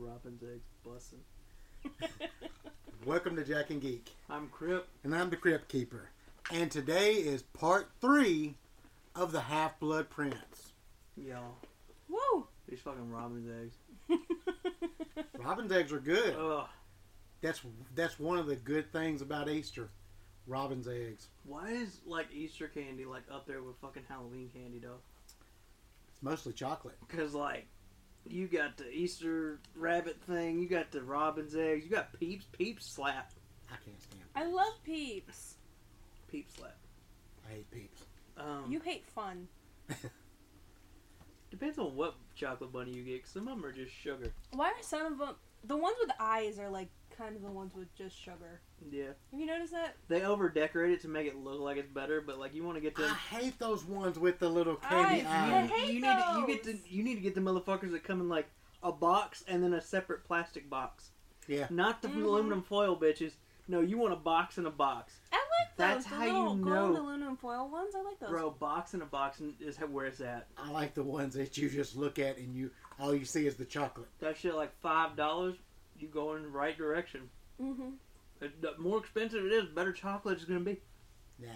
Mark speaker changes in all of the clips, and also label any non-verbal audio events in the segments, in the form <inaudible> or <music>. Speaker 1: jumping jacks, busting.
Speaker 2: Welcome to Jack and Geek,
Speaker 1: I'm Crip.
Speaker 2: and I'm the Crypt Keeper. And today is part three of the Half Blood Prince.
Speaker 1: Y'all,
Speaker 3: Woo!
Speaker 1: these fucking robin's eggs.
Speaker 2: Robin's eggs are good.
Speaker 1: Ugh.
Speaker 2: That's that's one of the good things about Easter. Robin's eggs.
Speaker 1: Why is like Easter candy like up there with fucking Halloween candy though?
Speaker 2: It's mostly chocolate.
Speaker 1: Cause like, you got the Easter rabbit thing, you got the robin's eggs, you got peeps, peeps slap,
Speaker 2: I can't stand. It.
Speaker 3: I love peeps.
Speaker 1: peep slap.
Speaker 2: I hate peeps.
Speaker 1: Um,
Speaker 3: You hate fun.
Speaker 1: depends on what chocolate bunny you get. 'cause some of them are just sugar.
Speaker 3: Why are some of them the ones with eyes are like kind of the ones with just sugar?
Speaker 1: Yeah,
Speaker 3: Have you noticed that?
Speaker 1: they over decorate it to make it look like it's better, but like you want to get
Speaker 2: I
Speaker 1: them.
Speaker 2: hate those ones with the little candy
Speaker 3: I
Speaker 2: eyes.
Speaker 3: hate
Speaker 1: you need to, you
Speaker 3: those.
Speaker 1: get to you need to get the motherfuckers that come in like a box and then a separate plastic box.
Speaker 2: Yeah.
Speaker 1: Not the
Speaker 3: Mhm.
Speaker 1: aluminum foil bitches. No, you want a box in a box.
Speaker 3: I like
Speaker 1: That's
Speaker 3: those. the
Speaker 1: how you
Speaker 3: little gold
Speaker 1: know.
Speaker 3: aluminum foil ones. I like those.
Speaker 1: Bro, box in a box is where it's at.
Speaker 2: I like the ones that you just look at and you all you see is the chocolate.
Speaker 1: That shit like five dollars, you go in the right direction.
Speaker 3: Mm-hmm.
Speaker 1: It- The more expensive it is, the better chocolate it's gonna be.
Speaker 2: Nah.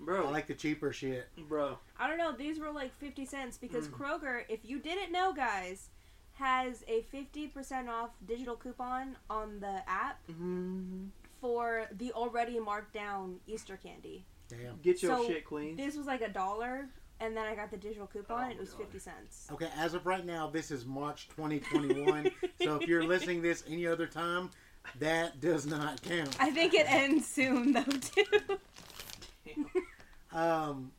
Speaker 1: Bro,
Speaker 2: I like the cheaper shit.
Speaker 1: bro.
Speaker 3: I don't know. These were like fifty cents because
Speaker 1: Mm.
Speaker 3: Kroger, if you didn't know, guys, has a fifty percent off digital coupon on the app
Speaker 1: Mhm.
Speaker 3: for the already marked down Easter candy.
Speaker 2: Damn.
Speaker 1: Get your
Speaker 3: So,
Speaker 1: shit clean.
Speaker 3: This was like a dollar, and then I got the digital coupon,
Speaker 1: Oh,
Speaker 3: and it was
Speaker 1: God.
Speaker 3: 50 cents.
Speaker 2: Okay, as of right now, this is March
Speaker 3: <laughs>
Speaker 2: 2021. so if you're listening this any other time, that does not count.
Speaker 3: I think it ends soon, though, too.
Speaker 2: Um,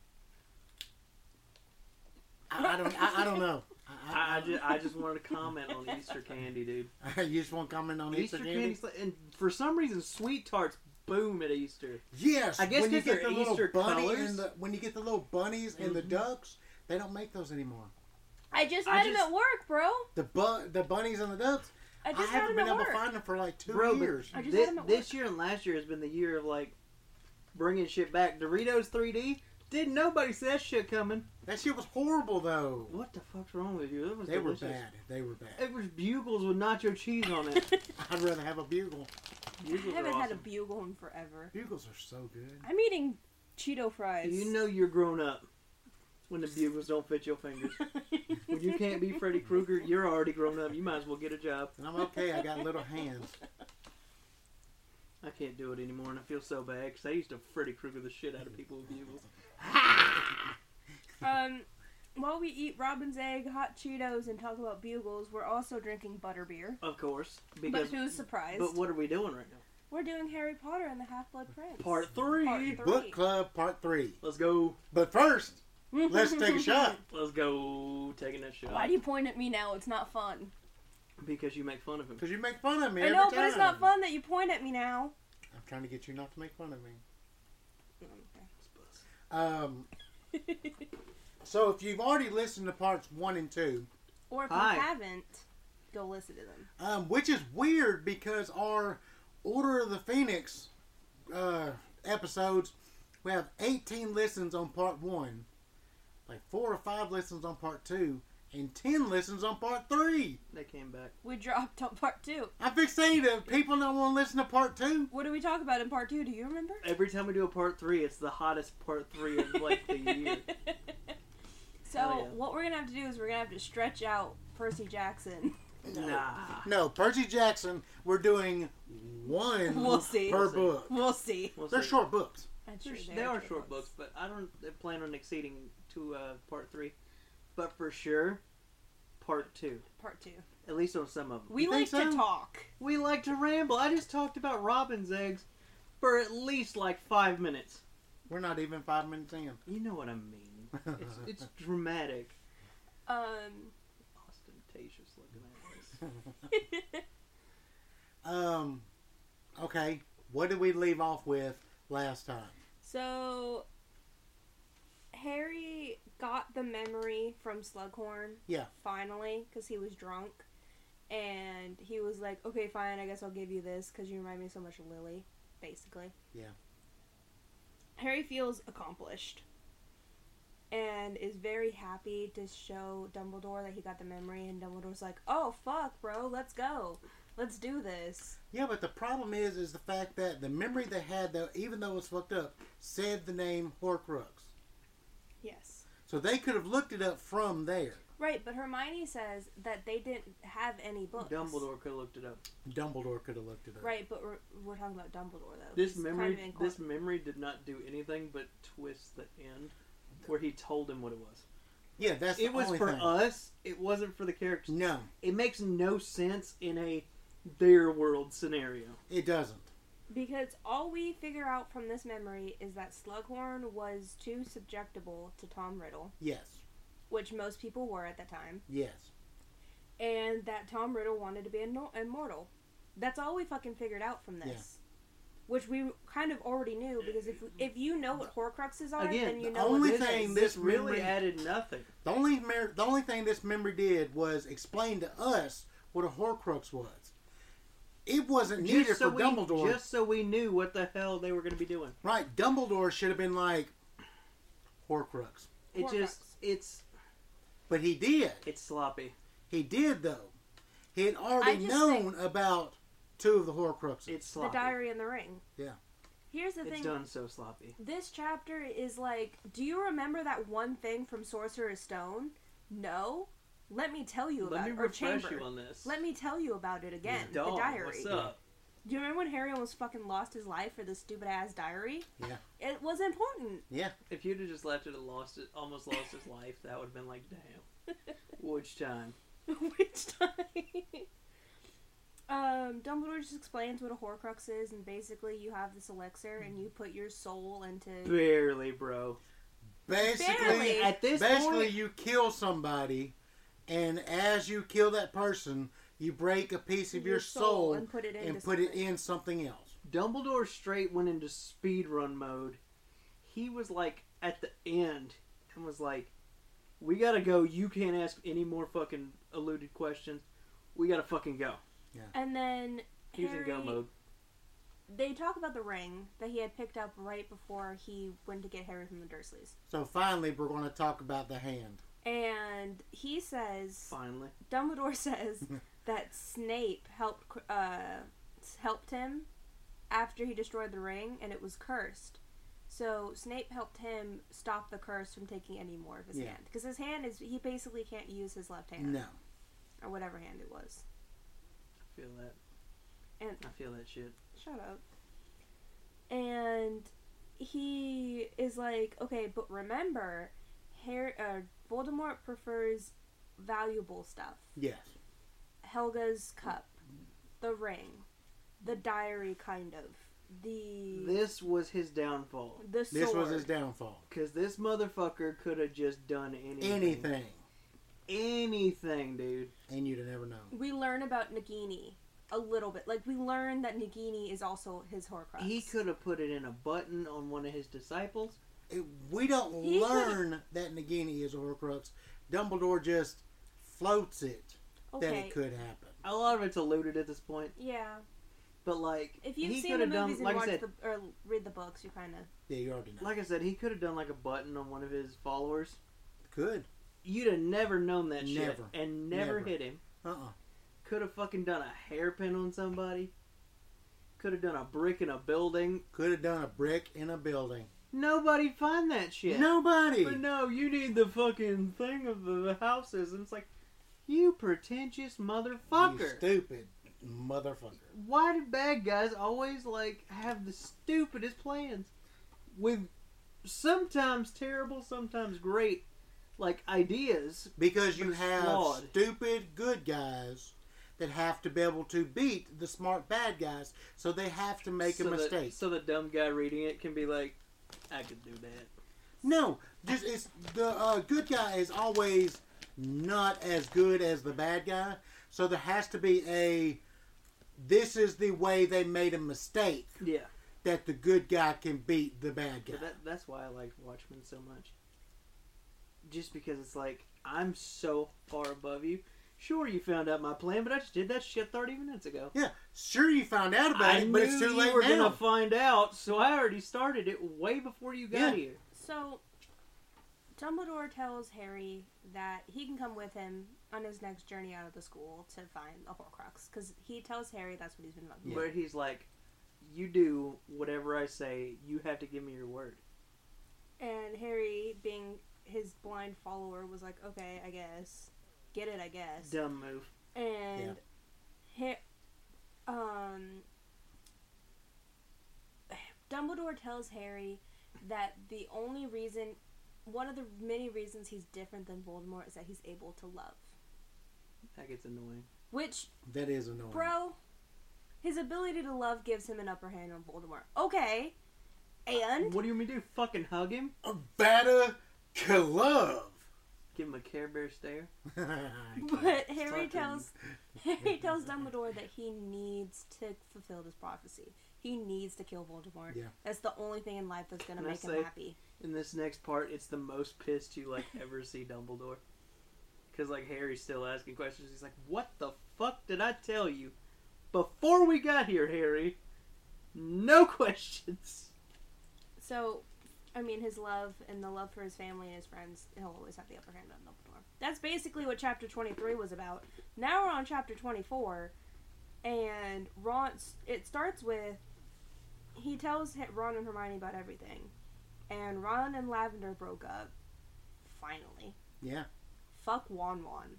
Speaker 2: I, I don't. I, I don't know.
Speaker 1: I, I just I just wanted to comment on Easter candy, dude.
Speaker 2: I, <laughs> you just want to comment on Easter, candy?
Speaker 1: candy's- and for some reason, sweet tarts boom at Easter.
Speaker 2: Yes.
Speaker 1: I guess
Speaker 2: when you
Speaker 1: 'cause
Speaker 2: get
Speaker 1: they're
Speaker 2: the little
Speaker 1: Easter
Speaker 2: bunny
Speaker 1: colors.
Speaker 2: and the when you get the little bunnies and the
Speaker 1: Mhm.
Speaker 2: ducks, they don't make those anymore.
Speaker 3: I just
Speaker 1: I
Speaker 3: had
Speaker 1: just-
Speaker 3: him at work, bro.
Speaker 2: The bu- the bunnies and the ducks.
Speaker 3: I just had
Speaker 2: haven't
Speaker 3: him
Speaker 2: been
Speaker 3: at
Speaker 2: able
Speaker 3: work.
Speaker 2: to find them for like two
Speaker 1: Bro, but
Speaker 2: years.
Speaker 3: I just
Speaker 1: Thi-
Speaker 3: had 'em at
Speaker 1: this year and last year has been the year of like bringing shit back. Doritos 3D. Didn't nobody see that shit coming?
Speaker 2: That shit was horrible though.
Speaker 1: What the fuck's wrong with you? It was
Speaker 2: They were
Speaker 1: delicious.
Speaker 2: bad. They were bad.
Speaker 1: It was bugles with nacho cheese on it.
Speaker 3: <laughs>
Speaker 2: I'd rather have a bugle.
Speaker 1: Bugles
Speaker 3: I
Speaker 1: are
Speaker 3: haven't had a
Speaker 1: awesome.
Speaker 3: bugle in forever.
Speaker 2: Bugles are so good.
Speaker 3: I'm eating Cheeto fries.
Speaker 1: You know you're grown up when the bugles don't fit your
Speaker 3: <laughs>
Speaker 1: fingers. when you can't be Freddy Krueger, you're already grown up. You might as well get a job.
Speaker 2: And I'm okay. I got little hands.
Speaker 1: I can't do it anymore, and I feel so bad because I used to Freddy Krueger the shit out of people with bugles.
Speaker 3: um, while we eat Robin's Egg, hot Cheetos, and talk about bugles, we're also drinking butterbeer.
Speaker 1: Of course,
Speaker 3: But
Speaker 1: because
Speaker 3: who's surprised?
Speaker 1: but what are we doing right now?
Speaker 3: We're doing Harry Potter and the Half-Blood Prince.
Speaker 1: Part three.
Speaker 3: Part <laughs> three.
Speaker 2: Book Club Part Three.
Speaker 1: Let's go.
Speaker 2: But first, let's take a shot.
Speaker 1: Let's go. Taking that shot.
Speaker 3: Mm-hmm. Why do you point at me now? It's not fun.
Speaker 1: Because you make fun of him.
Speaker 2: Because you make fun of me.
Speaker 3: I
Speaker 2: every
Speaker 3: know, but it's
Speaker 2: time.
Speaker 3: not fun that you point at me now.
Speaker 2: I'm trying to get you not to make fun of me.
Speaker 3: Okay.
Speaker 2: Um, so if you've already listened to parts one and two,
Speaker 3: or if
Speaker 1: Hi.
Speaker 3: you haven't, go listen to them.
Speaker 2: um, which is weird because our Order of the Phoenix uh, episodes, we have 18 listens on part one, like four or five listens on part two, and 10 listens on part three.
Speaker 1: They came back.
Speaker 3: We dropped on part two.
Speaker 2: I'm fixated. If People don't want to listen to part two.
Speaker 3: What do we talk about in part two? Do you remember?
Speaker 1: Every time we do a part three, it's the hottest part three of like
Speaker 3: <laughs>
Speaker 1: the year.
Speaker 3: so
Speaker 1: Hell yeah.
Speaker 3: what we're gonna have to do is we're gonna have to stretch out Percy Jackson. <laughs>
Speaker 1: Nah.
Speaker 2: No, Percy Jackson, we're doing one
Speaker 3: We'll see.
Speaker 2: per
Speaker 1: <laughs> We'll see.
Speaker 2: book.
Speaker 3: We'll see.
Speaker 1: We'll
Speaker 2: They're
Speaker 1: see.
Speaker 2: short books.
Speaker 3: That's
Speaker 1: They're-
Speaker 3: true,
Speaker 1: they
Speaker 3: are
Speaker 1: are short books, but I don't plan on exceeding to uh, part three. But for sure, part two.
Speaker 3: Part two.
Speaker 1: At least on some of them.
Speaker 3: We
Speaker 2: You
Speaker 3: like
Speaker 2: think
Speaker 3: to
Speaker 2: so?
Speaker 3: talk.
Speaker 1: We like to ramble. I just talked about robin's eggs for at least like five minutes.
Speaker 2: We're not even five minutes in.
Speaker 1: You know what I mean. It's,
Speaker 3: <laughs>
Speaker 1: it's dramatic.
Speaker 3: Um.
Speaker 1: Ostentatious looking at this.
Speaker 2: um, okay. What did we leave off with last time?
Speaker 3: So Harry got the memory from Slughorn.
Speaker 2: Yeah.
Speaker 3: Finally, because he was drunk, and he was like, "Okay, fine. I guess I'll give you this because you remind me so much of Lily." Basically.
Speaker 2: Yeah.
Speaker 3: Harry feels accomplished. and is very happy to show Dumbledore that he got the memory, and Dumbledore's like, "Oh fuck, bro, let's go, let's do this."
Speaker 2: Yeah, but the problem is, is the fact that the memory they had, though, even though it was fucked up, said the name Horcrux.
Speaker 3: Yes.
Speaker 2: So they could have looked it up from there.
Speaker 3: Right, but Hermione says that they didn't have any books.
Speaker 1: Dumbledore could have looked it up.
Speaker 2: Dumbledore could have looked it up.
Speaker 3: Right, but we're, we're talking about Dumbledore though.
Speaker 1: This
Speaker 3: He's
Speaker 1: memory,
Speaker 3: kind of
Speaker 1: this
Speaker 3: inco-
Speaker 1: memory did not do anything but twist the end, where he told him what it was.
Speaker 2: Yeah, that's
Speaker 1: it
Speaker 2: the
Speaker 1: was
Speaker 2: only
Speaker 1: for
Speaker 2: thing.
Speaker 1: us. It wasn't for the characters.
Speaker 2: No,
Speaker 1: It makes no sense in a their world scenario.
Speaker 2: it doesn't.
Speaker 3: because all we figure out from this memory is that Slughorn was too subjectable to Tom Riddle,
Speaker 2: Yes,
Speaker 3: which most people were at the time,
Speaker 2: yes.
Speaker 3: and that Tom Riddle wanted to be inno- immortal. That's all we fucking figured out from this.
Speaker 2: Yeah.
Speaker 3: Which we kind of already knew because if if you know what Horcruxes are,
Speaker 1: Again,
Speaker 3: then you
Speaker 1: the
Speaker 3: know
Speaker 2: only
Speaker 1: This,
Speaker 3: what this
Speaker 2: thing
Speaker 3: is.
Speaker 2: that-
Speaker 1: this really
Speaker 2: memory-
Speaker 1: added nothing.
Speaker 2: The only mer- the only thing this memory did was explain to us what a Horcrux was. It wasn't needed
Speaker 1: Just so,
Speaker 2: for
Speaker 1: we,
Speaker 2: Dumbledore.
Speaker 1: just so we knew what the hell they were going to be doing.
Speaker 2: Right, Dumbledore should have been like Horcrux,
Speaker 1: It
Speaker 3: Horcrux.
Speaker 1: just it's
Speaker 2: but he did.
Speaker 1: it's sloppy.
Speaker 2: He did though. He had
Speaker 3: I
Speaker 2: already
Speaker 3: just
Speaker 2: known about two of the Horcruxes.
Speaker 1: It's sloppy.
Speaker 3: the Diary and the Ring.
Speaker 2: Yeah.
Speaker 3: Here's the
Speaker 1: it's
Speaker 3: thing.
Speaker 1: done so sloppy.
Speaker 3: This chapter is like, do you remember that one thing from Sorcerer's Stone? No. Let me tell you
Speaker 1: Let
Speaker 3: about
Speaker 1: me
Speaker 3: it. Or
Speaker 1: refresh
Speaker 3: Chamber.
Speaker 1: you on this.
Speaker 3: Let me tell you about it again.
Speaker 1: Dog,
Speaker 3: the diary.
Speaker 1: What's up?
Speaker 3: Do you remember when Harry almost fucking lost his life for this stupid ass diary?
Speaker 2: Yeah.
Speaker 3: It was important. <laughs>
Speaker 2: yeah,
Speaker 1: If you'd have just left it and lost it, almost lost his life, that would have been like, damn. Which time?
Speaker 3: Which time? um, Dumbledore just explains what a Horcrux is, and basically you have this elixir, and you put your soul into.
Speaker 1: Barely, bro.
Speaker 2: basically,
Speaker 3: Barely.
Speaker 1: At this
Speaker 2: basically
Speaker 1: point,
Speaker 2: you kill somebody, and as you kill that person, you break a piece of your, soul,
Speaker 3: and put it into
Speaker 2: and put it
Speaker 3: something.
Speaker 2: in something else.
Speaker 1: Dumbledore straight went into speedrun mode. He was like at the end and was like, "We gotta go. You can't ask any more fucking eluded questions. We gotta fucking go."
Speaker 3: And then
Speaker 1: He was in go
Speaker 3: Harry-
Speaker 1: mode.
Speaker 3: They talk about the ring that he had picked up right before he went to get Harry from the Dursleys.
Speaker 2: So finally, we're going to talk about the hand.
Speaker 3: And he says,
Speaker 1: Finally,
Speaker 3: Dumbledore <laughs> says that Snape helped cr- uh, helped him after he destroyed the ring, and it was cursed. So Snape helped him stop the curse from taking any more of his
Speaker 2: Yeah.
Speaker 3: hand because his hand is he basically can't use his left hand
Speaker 2: No,
Speaker 3: or whatever hand it was.
Speaker 1: I feel that.
Speaker 3: And
Speaker 1: I feel that shit.
Speaker 3: shut up. And he is like, okay, but remember, Harry, uh, Voldemort prefers valuable stuff.
Speaker 2: yes,
Speaker 3: Helga's cup, the ring, the diary, kind of the
Speaker 1: This was his downfall
Speaker 3: the sword.
Speaker 2: this was his downfall.
Speaker 1: because this motherfucker could have just done
Speaker 2: Mm-hmm.
Speaker 1: anything.
Speaker 2: Anything,
Speaker 1: Anything, dude.
Speaker 2: and you'd have never known.
Speaker 3: we learn about Nagini a little bit. Like we learn that Nagini is also his Horcrux.
Speaker 1: He could have put it in a button on one of his disciples.
Speaker 2: It- we don't
Speaker 3: He
Speaker 2: learn that Nagini is a Horcrux. Dumbledore just floats it
Speaker 3: okay.
Speaker 2: that it could happen.
Speaker 1: A lot of it's eluded at this point,
Speaker 3: Yeah,
Speaker 1: but like
Speaker 3: if you've
Speaker 1: he
Speaker 3: seen
Speaker 1: could
Speaker 3: the
Speaker 1: have
Speaker 3: movies
Speaker 1: done, like I
Speaker 3: and watched
Speaker 1: said,
Speaker 3: the or read the books, you kind of
Speaker 2: Yeah, you already know.
Speaker 1: Like I said, he could have done like a button on one of his followers.
Speaker 2: could.
Speaker 1: You'd have never known that shit
Speaker 2: Never.
Speaker 1: and never,
Speaker 2: Never.
Speaker 1: hit him.
Speaker 2: Uh uh
Speaker 1: Could have fucking done a hairpin on somebody. Could have done a brick in a building.
Speaker 2: Could have done a brick in a building.
Speaker 1: Nobody find that shit.
Speaker 2: Nobody.
Speaker 1: But no, you need the fucking thing of the houses. And it's like, you pretentious
Speaker 2: You
Speaker 1: motherfucker.
Speaker 2: stupid motherfucker.
Speaker 1: Why do bad guys always like have the stupidest plans with sometimes terrible, sometimes great like ideas?
Speaker 2: Because
Speaker 1: But
Speaker 2: you
Speaker 1: it's
Speaker 2: have
Speaker 1: flawed.
Speaker 2: stupid good guys that have to be able to beat the smart bad guys, so they have to make
Speaker 1: So
Speaker 2: a
Speaker 1: that-
Speaker 2: mistake.
Speaker 1: so the dumb guy reading it can be like, I could do that.
Speaker 2: No, just it's the uh, good guy is always not as good as the bad guy, so there has to be a. This is the way they made a mistake
Speaker 1: Yeah,
Speaker 2: that the good guy can beat the bad guy.
Speaker 1: but that, that's why I like Watchmen so much. Just because it's like I'm so far above you. Sure, you found out my plan, but I just did that shit 30 minutes ago.
Speaker 2: Yeah, sure you found out about
Speaker 1: I
Speaker 2: it,
Speaker 1: knew
Speaker 2: but it's too
Speaker 1: you
Speaker 2: late
Speaker 1: were
Speaker 2: now.
Speaker 1: gonna find out, so I already started it way before you got
Speaker 2: Yeah.
Speaker 1: here.
Speaker 3: so. Dumbledore tells Harry that he can come with him on his next journey out of the school to find the Horcrux, because he tells Harry that's what he's been looking for.
Speaker 1: But he's like, you do whatever I say. You have to give me your word.
Speaker 3: And Harry, being his blind follower, was like, "Okay, I guess, get it, I guess."
Speaker 1: Dumb move.
Speaker 3: and Ha- um, Dumbledore tells Harry that the only reason, one of the many reasons he's different than Voldemort is that he's able to love.
Speaker 1: That gets annoying.
Speaker 3: Which,
Speaker 2: That is annoying.
Speaker 3: bro, his ability to love gives him an upper hand on Voldemort. Okay, and
Speaker 1: What do you mean do? Fucking hug him?
Speaker 2: Bata <laughs> Club.
Speaker 1: Give him a Care Bear stare?
Speaker 3: but Harry
Speaker 1: Fucking-
Speaker 3: tells <laughs> Harry tells Dumbledore that he needs to fulfill this prophecy. He needs to kill Voldemort.
Speaker 2: Yeah.
Speaker 3: That's the only thing in life that's gonna
Speaker 1: Can I
Speaker 3: make him
Speaker 1: say-
Speaker 3: happy.
Speaker 1: In this next part, it's the most pissed you like ever see Dumbledore. Cause like Harry's still asking questions. He's like, "What the fuck did I tell you before we got here, Harry? No <laughs> questions."
Speaker 3: So, I mean, his love and the love for his family and his friends, he'll always have the upper hand on Dumbledore. That's basically what chapter 23 was about. Now we're on chapter 24, and Ron, it starts with he tells H- Ron and Hermione about everything, and Ron and Lavender broke up. Finally.
Speaker 2: yeah.
Speaker 3: Fuck Wan Wan.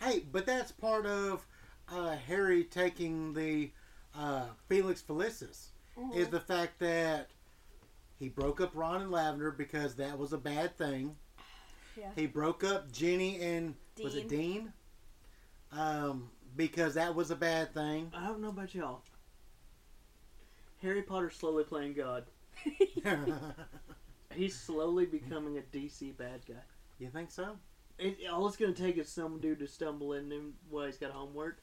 Speaker 2: Hey, but that's part of uh, Harry taking the uh, Felix Felicis
Speaker 3: Oh,
Speaker 2: is the fact that he broke up Ron and Lavender because that was a bad thing.
Speaker 3: Yeah.
Speaker 2: He broke up Jenny and was it Dean? Um, because that was a bad thing.
Speaker 1: <laughs> I don't know about y'all. Harry Potter slowly playing God. He's slowly becoming a DC bad guy.
Speaker 2: you think so?
Speaker 1: It, all it's gonna take is some dude to stumble in him while he's got homework.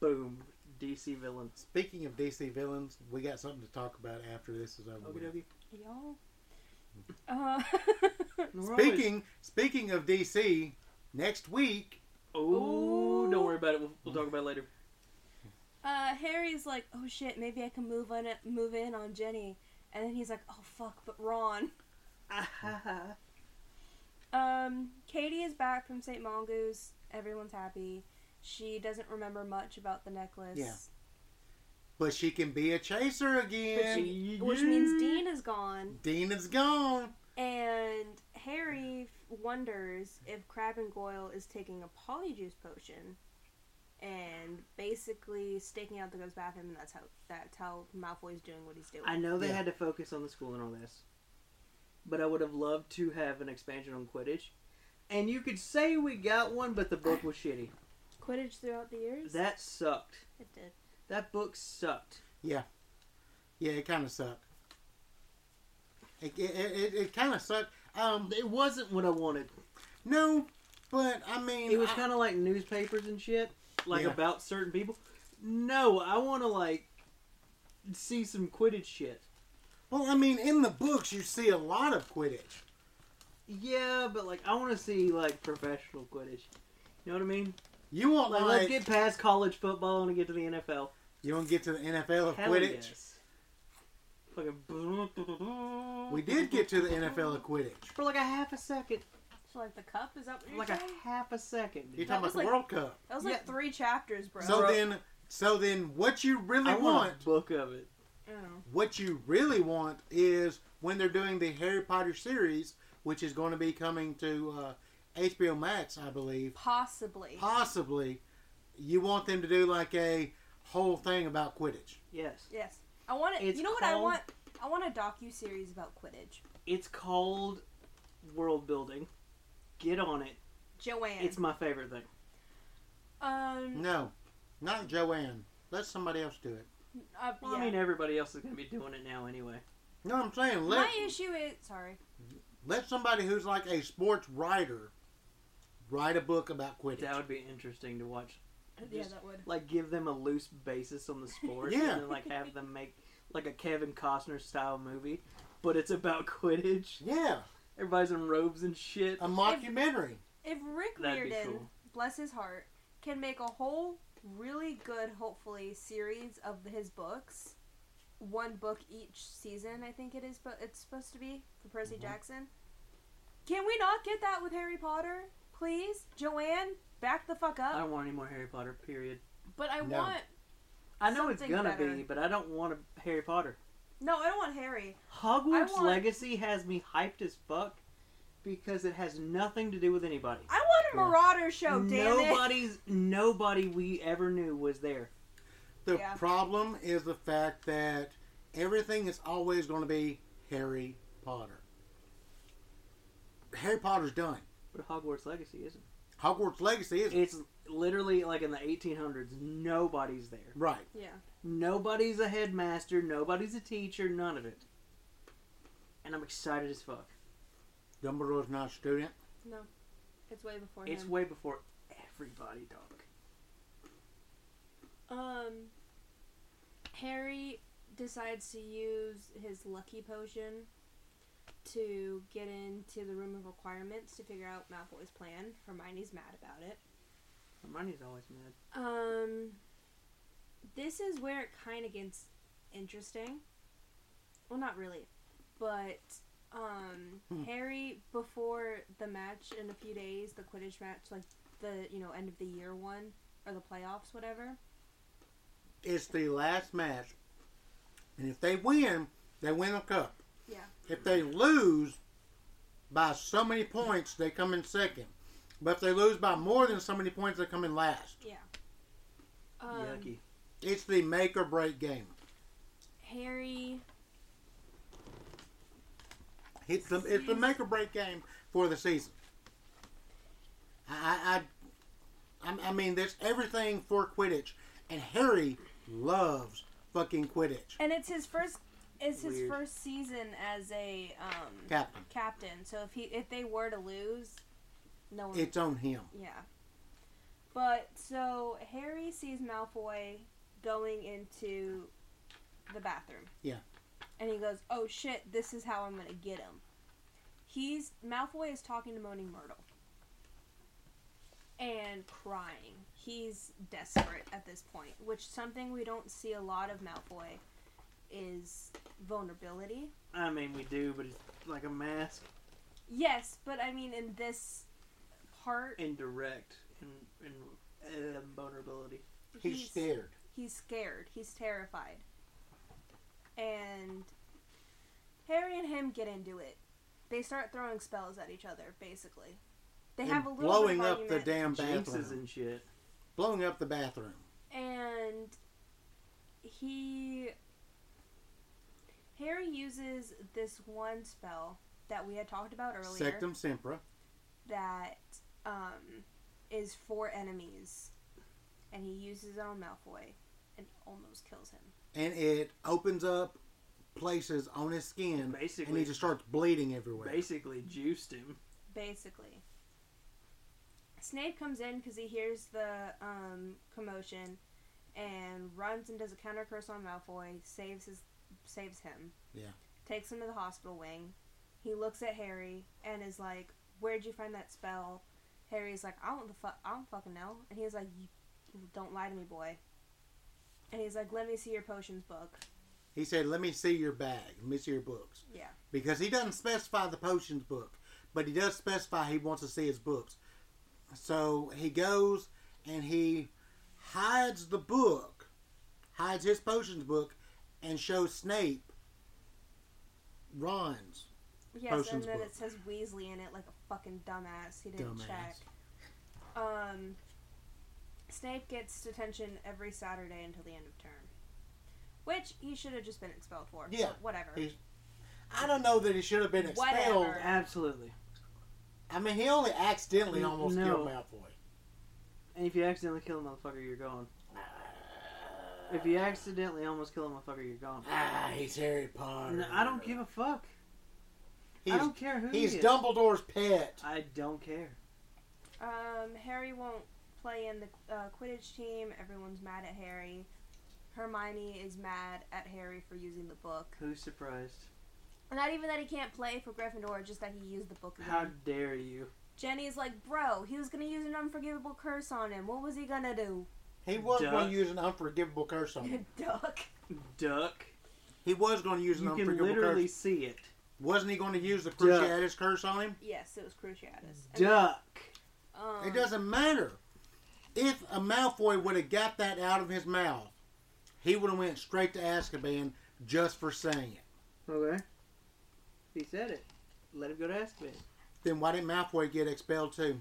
Speaker 1: Boom, DC villain.
Speaker 2: Speaking of DC villains, we got something to talk about after this is over. with.
Speaker 1: Okie dokie.
Speaker 3: <laughs> Y'all. Uh, <laughs>
Speaker 1: We're always-
Speaker 2: Speaking speaking of DC, next week
Speaker 1: Oh, don't worry about it. We'll, we'll talk about it
Speaker 3: <laughs>
Speaker 1: later.
Speaker 3: uh, Harry's like, oh shit, maybe I can move on it, move in on Jenny, and then he's like, oh fuck, but Ron. Um, Katie is back from St. Mongoose. Everyone's happy. She doesn't remember much about the necklace.
Speaker 2: Yeah. But she can be a chaser again.
Speaker 1: she-
Speaker 3: Which means Dean is gone,
Speaker 2: Dean is gone.
Speaker 3: and Harry f- wonders if Crab and Goyle is taking a polyjuice potion, and basically staking out the ghost bathroom, and that's how that's how Malfoy's doing what he's doing.
Speaker 1: I know they
Speaker 2: Yeah.
Speaker 1: had to focus on the school and all this, but I would have loved to have an expansion on Quidditch. And you could say we got one, but the book was shitty.
Speaker 3: Quidditch throughout the years.
Speaker 1: That sucked.
Speaker 3: it did.
Speaker 1: That book sucked.
Speaker 2: Yeah, it kind of sucked. It, it, it, it kind of sucked. Um,
Speaker 1: It wasn't what I wanted.
Speaker 2: no, but I mean,
Speaker 1: It was
Speaker 2: I-
Speaker 1: kind of like newspapers and shit, like
Speaker 2: Yeah.
Speaker 1: about certain people. No, I want to like see some Quidditch shit.
Speaker 2: well, I mean, in the books you see a lot of Quidditch.
Speaker 1: Yeah, but like I want to see like professional Quidditch. You know what I mean?
Speaker 2: You won't
Speaker 1: Like,
Speaker 2: like,
Speaker 1: let's get past college football and get to the NFL.
Speaker 2: you won't get to the NFL of
Speaker 1: Hell
Speaker 2: Quidditch.
Speaker 1: yes. Fucking.
Speaker 2: We did get to the NFL of Quidditch.
Speaker 1: for like a half a second,
Speaker 3: So like the cup is that what you're
Speaker 1: like a
Speaker 3: saying?
Speaker 1: half a second.
Speaker 2: You're
Speaker 1: dude.
Speaker 2: talking
Speaker 3: That
Speaker 2: about
Speaker 3: was
Speaker 2: the
Speaker 3: like-
Speaker 2: World Cup.
Speaker 3: that was like
Speaker 1: Yeah.
Speaker 3: three chapters, bro.
Speaker 2: So
Speaker 1: Bro.
Speaker 2: then, so then, what you really
Speaker 1: I
Speaker 2: want,
Speaker 1: want a book of it.
Speaker 3: Oh.
Speaker 2: what you really want is when they're doing the Harry Potter series, which is going to be coming to uh, HBO Max, I believe.
Speaker 3: Possibly.
Speaker 2: possibly you want them to do like a whole thing about Quidditch.
Speaker 1: Yes,
Speaker 3: yes. I want it.
Speaker 1: It's
Speaker 3: You know what I
Speaker 1: called-
Speaker 3: want? I want a docu series about Quidditch.
Speaker 1: it's called world building. Get on it.
Speaker 3: Joanne.
Speaker 1: It's my favorite thing.
Speaker 3: um.
Speaker 2: No, not Joanne. Let somebody else do it.
Speaker 3: uh,
Speaker 1: Well,
Speaker 3: yeah.
Speaker 1: I mean, everybody else is gonna be doing it now anyway.
Speaker 2: No, I'm saying let
Speaker 3: My issue is sorry.
Speaker 2: let somebody who's like a sports writer write a book about Quidditch.
Speaker 1: That would be interesting to watch.
Speaker 3: yeah,
Speaker 1: Just-
Speaker 3: that would.
Speaker 1: like give them a loose basis on the sport
Speaker 2: Yeah.
Speaker 1: and then like have them make like a Kevin Costner style movie, but it's about <laughs> Quidditch.
Speaker 2: yeah,
Speaker 1: Everybody's in robes and shit.
Speaker 2: a mockumentary.
Speaker 3: If Rick
Speaker 1: That'd be
Speaker 3: Riordan,
Speaker 1: cool.
Speaker 3: bless his heart, can make a whole really good, hopefully, series of his books,
Speaker 1: Mm-hmm.
Speaker 3: one book each season, I think it is, but it's supposed to be for Percy Jackson. Can we not get that with Harry Potter? Please? Joanne, back the fuck
Speaker 1: I
Speaker 3: up.
Speaker 1: don't want any more Harry Potter. Period.
Speaker 4: But I
Speaker 2: No.
Speaker 4: want
Speaker 1: I know it's
Speaker 4: Something
Speaker 1: gonna
Speaker 4: better.
Speaker 1: be, but I don't want a Harry Potter.
Speaker 3: No, I don't want Harry.
Speaker 1: Hogwarts
Speaker 4: I want-
Speaker 1: Legacy has me hyped as fuck because it has nothing to do with anybody.
Speaker 3: I want a
Speaker 2: Yeah.
Speaker 3: Marauder show, damn it.
Speaker 1: Nobody's nobody we ever knew was there.
Speaker 2: The
Speaker 3: Yeah.
Speaker 2: problem is the fact that everything is always going to be Harry Potter. Harry Potter's done.
Speaker 1: But Hogwarts Legacy isn't.
Speaker 2: Hogwarts Legacy is
Speaker 1: It's literally like in the 1800s. Nobody's there.
Speaker 2: right.
Speaker 3: Yeah.
Speaker 1: Nobody's a headmaster. Nobody's a teacher. None of it. And I'm excited as fuck.
Speaker 2: Dumbledore's not a student.
Speaker 3: No. It's way before
Speaker 1: It's
Speaker 3: him.
Speaker 1: way before everybody, dog.
Speaker 3: um Harry decides to use his lucky potion to get into the room of requirements to figure out Malfoy's plan. Hermione's mad about it.
Speaker 1: Hermione's always mad.
Speaker 3: Um, this is where it kind of gets interesting. Well, not really, but um, Harry before the match in a few days, the Quidditch match, like the you know end of the year one or the playoffs, whatever.
Speaker 2: It's the last match. And if they win, they win the cup.
Speaker 3: Yeah.
Speaker 2: If they lose by so many points, they come in second. But if they lose by more than so many points, they come in last.
Speaker 3: Yeah. Um,
Speaker 1: Yucky.
Speaker 2: It's the make or break game.
Speaker 3: Harry.
Speaker 2: It's the it's the make or break game for the season. I I, I, I mean, there's everything for Quidditch, and Harry loves fucking Quidditch.
Speaker 3: And it's his first. It's his
Speaker 1: Weird.
Speaker 3: first season as a um,
Speaker 2: Captain,
Speaker 3: captain. So if he if they were to lose, no one.
Speaker 2: it's on him.
Speaker 3: Yeah. But so Harry sees Malfoy going into the bathroom.
Speaker 2: Yeah.
Speaker 3: And he goes, "Oh shit, this is how I'm going to get him." He's Malfoy is talking to Moaning Myrtle and crying. He's desperate at this point, which something we don't see a lot of Malfoy is vulnerability.
Speaker 1: I mean, we do, but it's like a mask.
Speaker 3: Yes, but I mean in this part
Speaker 1: Indirect and, and uh, vulnerability.
Speaker 2: He's, scared.
Speaker 3: he's scared. He's terrified. And Harry and him get into it. They start throwing spells at each other, basically. They
Speaker 2: And
Speaker 3: have a little
Speaker 2: blowing
Speaker 3: bit of
Speaker 2: up
Speaker 3: argument,
Speaker 2: the damn
Speaker 1: Jinxes
Speaker 2: bathroom.
Speaker 1: and shit.
Speaker 2: Blowing up the bathroom.
Speaker 3: and he Harry uses this one spell that we had talked about earlier
Speaker 2: Sectum Sempra.
Speaker 3: that um, is for enemies, and he uses it on Malfoy and almost kills him.
Speaker 2: and it opens up places on his skin, and
Speaker 1: Basically-
Speaker 2: he just starts bleeding everywhere.
Speaker 1: Basically, juiced him.
Speaker 3: basically. Snape comes in because he hears the um, commotion, and runs and does a counter curse on Malfoy, saves his, saves him.
Speaker 2: Yeah.
Speaker 3: Takes him to the hospital wing. He looks at Harry and is like, "Where'd you find that spell?" Harry's like, "I don't the fuck, I don't fucking know." And he's like, "You don't lie to me, boy." And he's like, "Let me see your potions book."
Speaker 2: He said, "Let me see your bag. Let me see your books,"
Speaker 3: Yeah.
Speaker 2: because he doesn't specify the potions book, but he does specify he wants to see his books. So he goes and he hides the book, hides his potions book, and shows Snape Ron's.
Speaker 3: Yes,
Speaker 2: Potions
Speaker 3: and then
Speaker 2: book.
Speaker 3: it says Weasley in it like a fucking dumbass. He didn't
Speaker 2: Dumbass.
Speaker 3: check. Um, Snape gets detention every Saturday until the end of term, which he should have just been expelled for. but
Speaker 2: Yeah,
Speaker 3: whatever.
Speaker 2: he- I don't know that he should have been expelled.
Speaker 3: Whatever.
Speaker 1: Absolutely.
Speaker 2: I mean, he only accidentally
Speaker 1: Mm,
Speaker 2: almost
Speaker 1: no.
Speaker 2: killed Malfoy.
Speaker 1: And if you accidentally kill a motherfucker, you're gone. If you accidentally almost kill a motherfucker, you're gone.
Speaker 2: Ah, he's Harry Potter.
Speaker 1: No, I don't give a fuck.
Speaker 2: He's,
Speaker 1: I don't care who
Speaker 2: he's
Speaker 1: he is.
Speaker 2: Dumbledore's pet.
Speaker 1: I don't care.
Speaker 3: Um, Harry won't play in the uh, Quidditch team. Everyone's mad at Harry. Hermione is mad at Harry for using the book.
Speaker 1: Who's surprised?
Speaker 3: Not even that he can't play for Gryffindor, just that he used the book. Again.
Speaker 1: How dare you? <laughs>
Speaker 3: Jenny's like, bro, he was gonna use an unforgivable curse on him. What was he gonna do? <laughs>
Speaker 2: He was
Speaker 1: Duck.
Speaker 2: going to use an unforgivable curse on him.
Speaker 3: Duck.
Speaker 1: Duck.
Speaker 2: He was going to use an
Speaker 1: You can
Speaker 2: unforgivable
Speaker 1: literally
Speaker 2: curse.
Speaker 1: see it.
Speaker 2: Wasn't he going to use the Cruciatus curse on him?
Speaker 3: Yes, it was Cruciatus. And,
Speaker 1: Duck.
Speaker 3: um,
Speaker 2: It doesn't matter. If a Malfoy would have got that out of his mouth, he would have went straight to Azkaban just for saying it.
Speaker 1: Okay. He said it. Let him go to Azkaban.
Speaker 2: Then why didn't Malfoy get expelled too?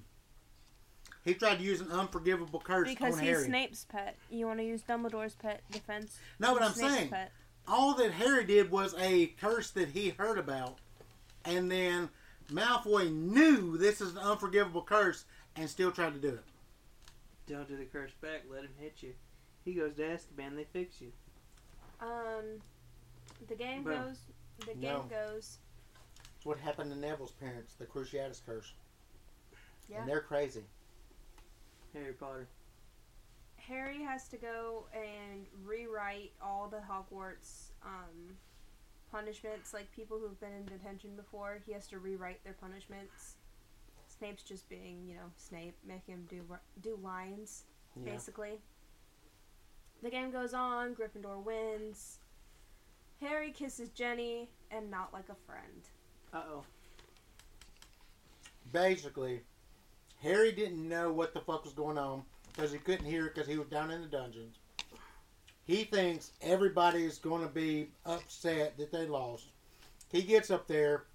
Speaker 2: He tried to use an unforgivable curse
Speaker 3: Because
Speaker 2: on
Speaker 3: he's
Speaker 2: Harry.
Speaker 3: Snape's pet. You want to use Dumbledore's pet defense?
Speaker 2: no, but I'm
Speaker 3: Snape's
Speaker 2: saying
Speaker 3: Pet.
Speaker 2: all that Harry did was a curse that he heard about, and then Malfoy knew this is an unforgivable curse and still tried to do it.
Speaker 1: Don't do the curse back. Let him hit you. He goes to Azkaban. They fix you.
Speaker 3: Um, the game
Speaker 1: Boom.
Speaker 3: goes. The game
Speaker 2: No.
Speaker 3: goes.
Speaker 2: It's what happened to Neville's parents, the Cruciatus curse.
Speaker 3: Yeah.
Speaker 2: And they're crazy.
Speaker 1: Harry Potter.
Speaker 3: Harry has to go and rewrite all the Hogwarts um, punishments, like people who've been in detention before. He has to rewrite their punishments. Snape's just being, you know, Snape, making him do ri- do lines.
Speaker 2: Yeah.
Speaker 3: basically. The game goes on, Gryffindor wins. Harry kisses Jenny, and not like a friend.
Speaker 1: Uh oh. <laughs>
Speaker 2: Basically, Harry didn't know what the fuck was going on because he couldn't hear because he was down in the dungeons. He thinks everybody's going to be upset that they lost. He gets up there.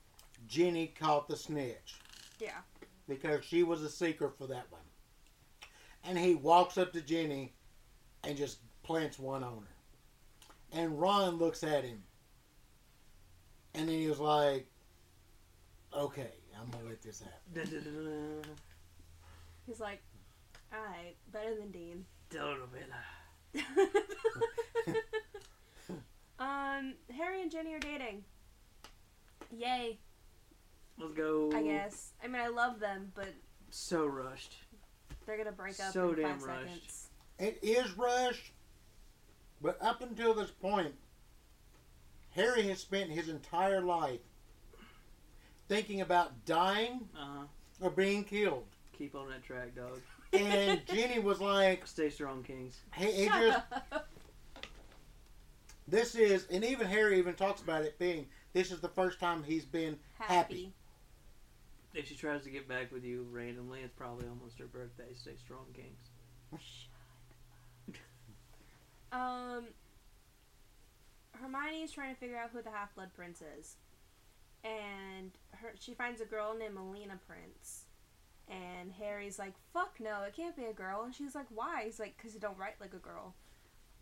Speaker 2: Jenny caught the snitch.
Speaker 3: Yeah.
Speaker 2: because she was a seeker for that one. And he walks up to Jenny and just plants one on her. And Ron looks at him. And then he was like, okay, I'm going to let this happen.
Speaker 1: Da-da-da-da.
Speaker 3: He's like, alright, better than
Speaker 1: <laughs>
Speaker 3: Dean.
Speaker 1: Dolabella.
Speaker 3: um, Harry and Jenny are dating. Yay,
Speaker 1: Let's go.
Speaker 3: I guess. I mean, I love them, but
Speaker 1: So rushed.
Speaker 3: they're gonna break up
Speaker 1: So
Speaker 3: in
Speaker 1: damn
Speaker 3: five
Speaker 1: rushed.
Speaker 3: seconds.
Speaker 2: It is rushed, but up until this point, Harry has spent his entire life thinking about dying
Speaker 1: Uh huh.
Speaker 2: or being killed.
Speaker 1: Keep on that track, dog.
Speaker 2: And Jenny was like,
Speaker 1: Stay strong, Kings.
Speaker 2: he, he just
Speaker 3: <laughs>
Speaker 2: This is, and even Harry even talks about it being. This is the first time he's been happy.
Speaker 1: If she tries to get back with you randomly, it's probably almost her birthday. Stay strong, Kings.
Speaker 3: Oh, Um, Hermione is trying to figure out who the half blood prince is, and her she finds a girl named Melina Prince, and Harry's like, "Fuck no, it can't be a girl," and she's like, "Why?" He's like, "Cause it don't write like a girl."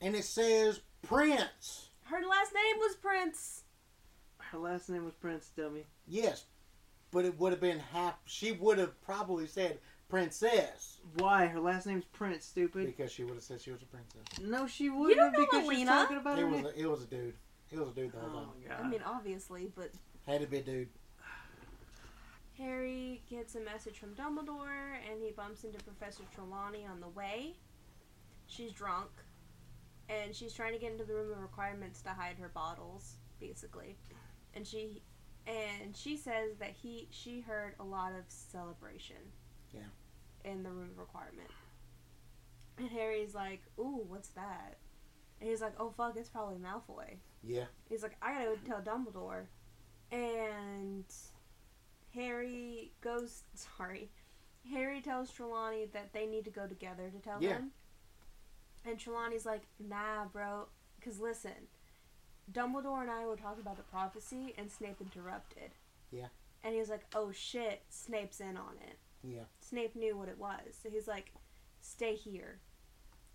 Speaker 2: and it says Prince.
Speaker 3: Her last name was Prince.
Speaker 1: Her last name was Prince, dummy.
Speaker 2: Yes, but it would have been half. She would have probably said princess
Speaker 1: Why? Her last name's Prince, stupid.
Speaker 2: because she would have said she was a princess.
Speaker 1: No, she wouldn't have
Speaker 3: know
Speaker 1: because she's
Speaker 3: Alina.
Speaker 1: talking about
Speaker 2: It
Speaker 1: her
Speaker 2: was.
Speaker 1: name.
Speaker 2: A, it was a dude. It was a dude the whole
Speaker 1: Oh
Speaker 2: time.
Speaker 1: my god.
Speaker 3: I mean, obviously, but
Speaker 2: Had to be a dude.
Speaker 3: Harry gets a message from Dumbledore, and he bumps into Professor Trelawney on the way. She's drunk, and she's trying to get into the room of requirements to hide her bottles, basically. And she, and she says that he, she heard a lot of celebration.
Speaker 2: Yeah.
Speaker 3: In the room of requirement, and Harry's like, "Ooh, what's that?" And he's like, "Oh fuck, it's probably Malfoy."
Speaker 2: Yeah.
Speaker 3: He's like, I gotta go tell Dumbledore. And Harry goes, <laughs> sorry, Harry tells Trelawney that they need to go together to tell
Speaker 2: Yeah.
Speaker 3: him. And Trelawney's like, nah, bro. Because listen, Dumbledore and I were talking about the prophecy, and Snape interrupted.
Speaker 2: Yeah.
Speaker 3: And he's like, oh shit, Snape's in on it.
Speaker 2: Yeah.
Speaker 3: Snape knew what it was. So he's like, stay here.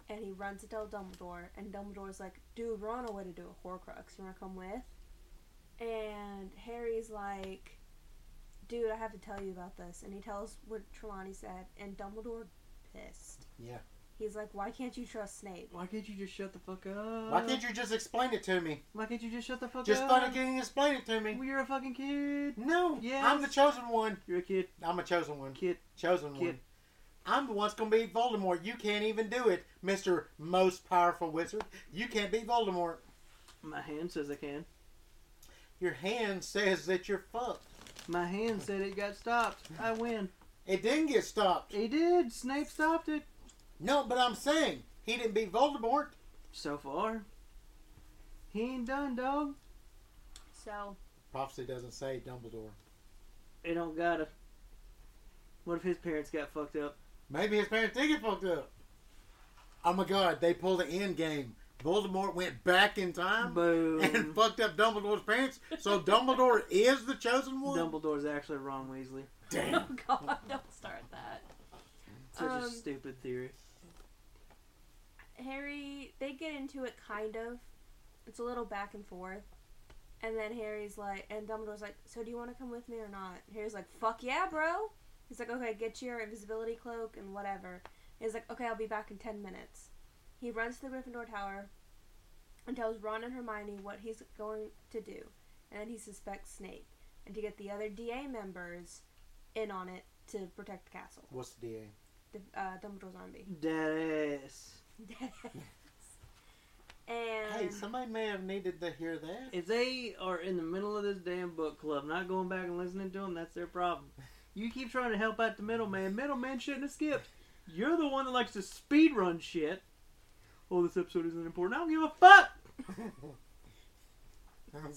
Speaker 3: And he runs to tell Dumbledore. And Dumbledore's like, dude, we're on our way to do a Horcrux. You want to come with? And Harry's like, dude, I have to tell you about this. And he tells what Trelawney said. And Dumbledore pissed.
Speaker 2: Yeah.
Speaker 3: He's like, why can't you trust Snape?
Speaker 1: Why can't you just shut the fuck up?
Speaker 2: Why can't you just explain it to me?
Speaker 1: Why can't you just shut the fuck
Speaker 2: Just
Speaker 1: up?
Speaker 2: fucking explain it to me.
Speaker 1: Well, you're a fucking kid.
Speaker 2: No.
Speaker 1: Yes.
Speaker 2: I'm the chosen one.
Speaker 1: You're a kid.
Speaker 2: I'm a chosen one.
Speaker 1: Kid.
Speaker 2: Chosen
Speaker 1: Kid.
Speaker 2: one. I'm the one that's going to be Voldemort. You can't even do it, Mr. Most Powerful Wizard. You can't be Voldemort.
Speaker 1: My hand says I can.
Speaker 2: Your hand says that you're fucked.
Speaker 1: My hand said it got stopped. I win.
Speaker 2: It didn't get stopped.
Speaker 1: He did. Snape stopped it.
Speaker 2: No, but I'm saying he didn't beat Voldemort.
Speaker 1: So far. He ain't done, dog.
Speaker 3: So <laughs>
Speaker 2: Prophecy doesn't say Dumbledore.
Speaker 1: They don't gotta. What if his parents got fucked up?
Speaker 2: Maybe his parents did get fucked up. Oh my God! They pulled the end game. Voldemort went back in time and <laughs>
Speaker 1: Boom.
Speaker 2: fucked up Dumbledore's parents. So Dumbledore is the chosen one.
Speaker 1: Dumbledore's actually Ron Weasley.
Speaker 2: Damn.
Speaker 3: Oh God! Don't start that.
Speaker 1: Such a
Speaker 3: Um,
Speaker 1: stupid theory.
Speaker 3: Harry, they get into it kind of. It's a little back and forth. And then Harry's like, and Dumbledore's like, so do you want to come with me or not? And Harry's like, fuck yeah, bro. He's like, okay, get your invisibility cloak and whatever. He's like, okay, I'll be back in 10 minutes. He runs to the Gryffindor Tower and tells Ron and Hermione what he's going to do. And then he suspects Snape. And to get the other DA members in on it to protect the castle.
Speaker 2: What's the DA?
Speaker 3: The, uh, Dumbledore's army.
Speaker 1: Dead ass.
Speaker 3: and
Speaker 2: Hey, somebody may have needed to hear that.
Speaker 1: If they are in the middle of this damn book club, not going back and listening to them, that's their problem. You keep trying to help out the middleman. Middleman shouldn't have skipped. You're the one that likes to speed run shit. Oh, this episode isn't important. I don't give a fuck.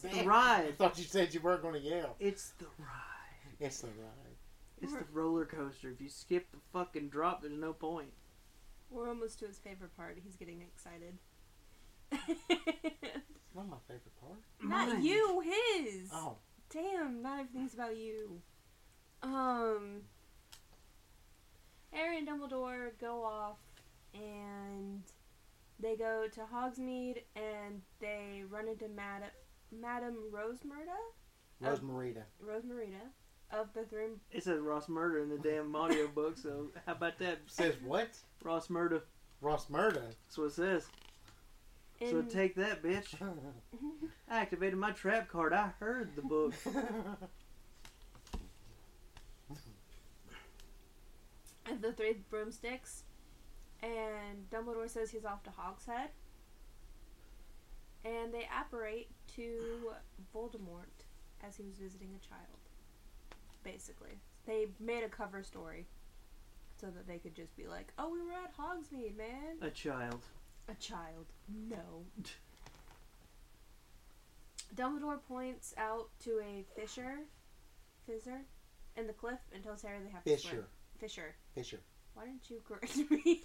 Speaker 1: The
Speaker 2: I
Speaker 1: ride.
Speaker 2: thought you said you weren't going to yell.
Speaker 1: It's the ride.
Speaker 2: It's the ride.
Speaker 1: It's the roller coaster. If you skip the fucking drop, there's no point.
Speaker 3: We're almost to his favorite part. He's getting excited. <laughs>
Speaker 2: It's not my favorite part.
Speaker 3: not
Speaker 1: Mine.
Speaker 3: you, his.
Speaker 2: Oh,
Speaker 3: Damn, not everything's about you. Um, Harry and Dumbledore go off, and they go to Hogsmeade, and they run into Mad- Madame Rosemerda,
Speaker 2: Rosemarita.
Speaker 3: Rosemarita, of the Three.
Speaker 1: It says Ross Murder in the damn audio book, so how about that?
Speaker 2: Says what?
Speaker 1: Ross Murder.
Speaker 2: Ross Murda.
Speaker 1: That's what it says. So
Speaker 3: in-
Speaker 1: take that, bitch. I activated my trap card. I heard the book.
Speaker 3: of the three broomsticks, and Dumbledore says he's off to Hogshead, and they apparate to Voldemort as he was visiting a child. Basically, they made a cover story so that they could just be like, "Oh, we were at Hogsmeade, man."
Speaker 1: A child.
Speaker 3: A child. No. Dumbledore points out to a fissure, fissure, in the cliff and tells Harry they have to swim.
Speaker 2: Fisher.
Speaker 3: Fisher.
Speaker 2: Fisher.
Speaker 3: Why didn't you correct <laughs> me?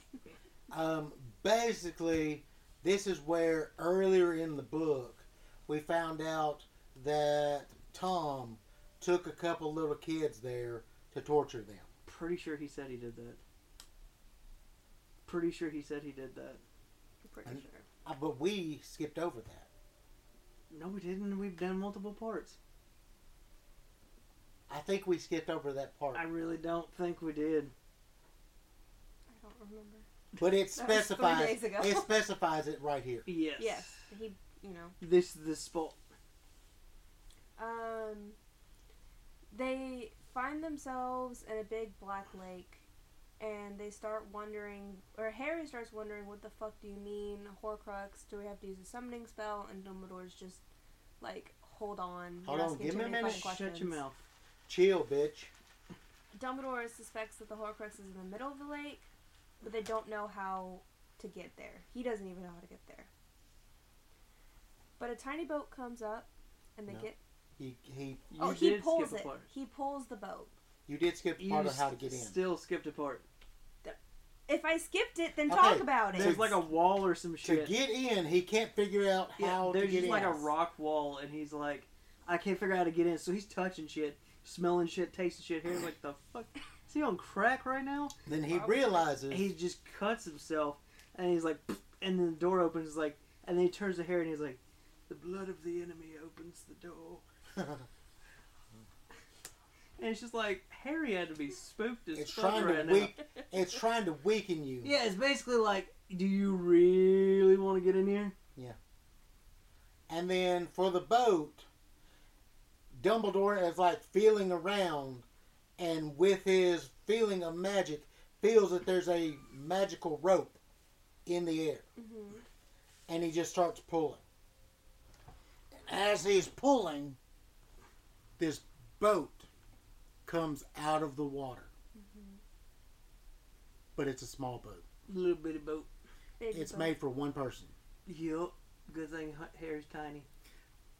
Speaker 2: Um, basically, this is where earlier in the book we found out that Tom took a couple little kids there to torture them.
Speaker 1: Pretty sure he said he did that. Pretty sure he said he did that.
Speaker 3: I'm pretty
Speaker 2: And-
Speaker 3: sure.
Speaker 2: Uh, But we skipped over that.
Speaker 1: No, we didn't. We've done multiple parts.
Speaker 2: I think we skipped over that part.
Speaker 1: I really don't think we did.
Speaker 3: I don't remember.
Speaker 2: But it
Speaker 3: That was three
Speaker 2: specifies
Speaker 3: days ago.
Speaker 2: it specifies it right here.
Speaker 1: Yes.
Speaker 3: Yes, he, you know.
Speaker 1: This is the spot.
Speaker 3: Um, they find themselves in a big black lake, and they start wondering, or Harry starts wondering, what the fuck do you mean, Horcrux? Do we have to use a summoning spell? And Dumbledore's just like, hold on.
Speaker 2: Hold
Speaker 3: you're
Speaker 2: on,
Speaker 3: asking
Speaker 2: give
Speaker 3: too
Speaker 2: me a
Speaker 3: many
Speaker 2: minute.
Speaker 3: fucking
Speaker 1: Shut your
Speaker 3: questions."
Speaker 1: mouth.
Speaker 2: Chill, bitch.
Speaker 3: Dumbledore suspects that the Horcrux is in the middle of the lake, but they don't know how to get there. He doesn't even know how to get there. But a tiny boat comes up, and they
Speaker 2: No.
Speaker 3: get.
Speaker 2: He, he
Speaker 1: You
Speaker 3: oh, he
Speaker 1: did
Speaker 3: pulls
Speaker 1: skip
Speaker 3: it.
Speaker 1: a part.
Speaker 3: He pulls the boat.
Speaker 2: you did skip the
Speaker 1: You
Speaker 2: part of how to get in.
Speaker 1: still skipped a part.
Speaker 3: If I skipped it, then
Speaker 2: Okay,
Speaker 3: talk about
Speaker 1: There's
Speaker 3: it.
Speaker 1: like a wall or some
Speaker 2: to
Speaker 1: shit.
Speaker 2: get in, he can't figure out
Speaker 1: yeah,
Speaker 2: how to
Speaker 1: there's
Speaker 2: get
Speaker 1: just
Speaker 2: in.
Speaker 1: like a rock wall, and he's like, I can't figure out how to get in. So he's touching shit, smelling shit, tasting shit. Here's like, the fuck? Is he on crack right now?
Speaker 2: Then he realizes
Speaker 1: he just cuts himself and he's like "Pfft," and then the door opens like and then he turns to Harry and he's like the blood of the enemy opens the door and it's just like Harry had to be spooked as
Speaker 2: <laughs> it's
Speaker 1: fuck
Speaker 2: trying
Speaker 1: right
Speaker 2: to
Speaker 1: now
Speaker 2: weak. It's trying to weaken you.
Speaker 1: yeah it's basically like do you really want to get in here
Speaker 2: And then for the boat, Dumbledore is like feeling around, and with his feeling of magic, feels that there's a magical rope in the air,
Speaker 3: hmm
Speaker 2: and he just starts pulling. And as he's pulling, this boat comes out of the water, but it's a small boat.
Speaker 1: little bitty boat
Speaker 2: It's made for one person.
Speaker 1: yup good thing Ha- Harry's tiny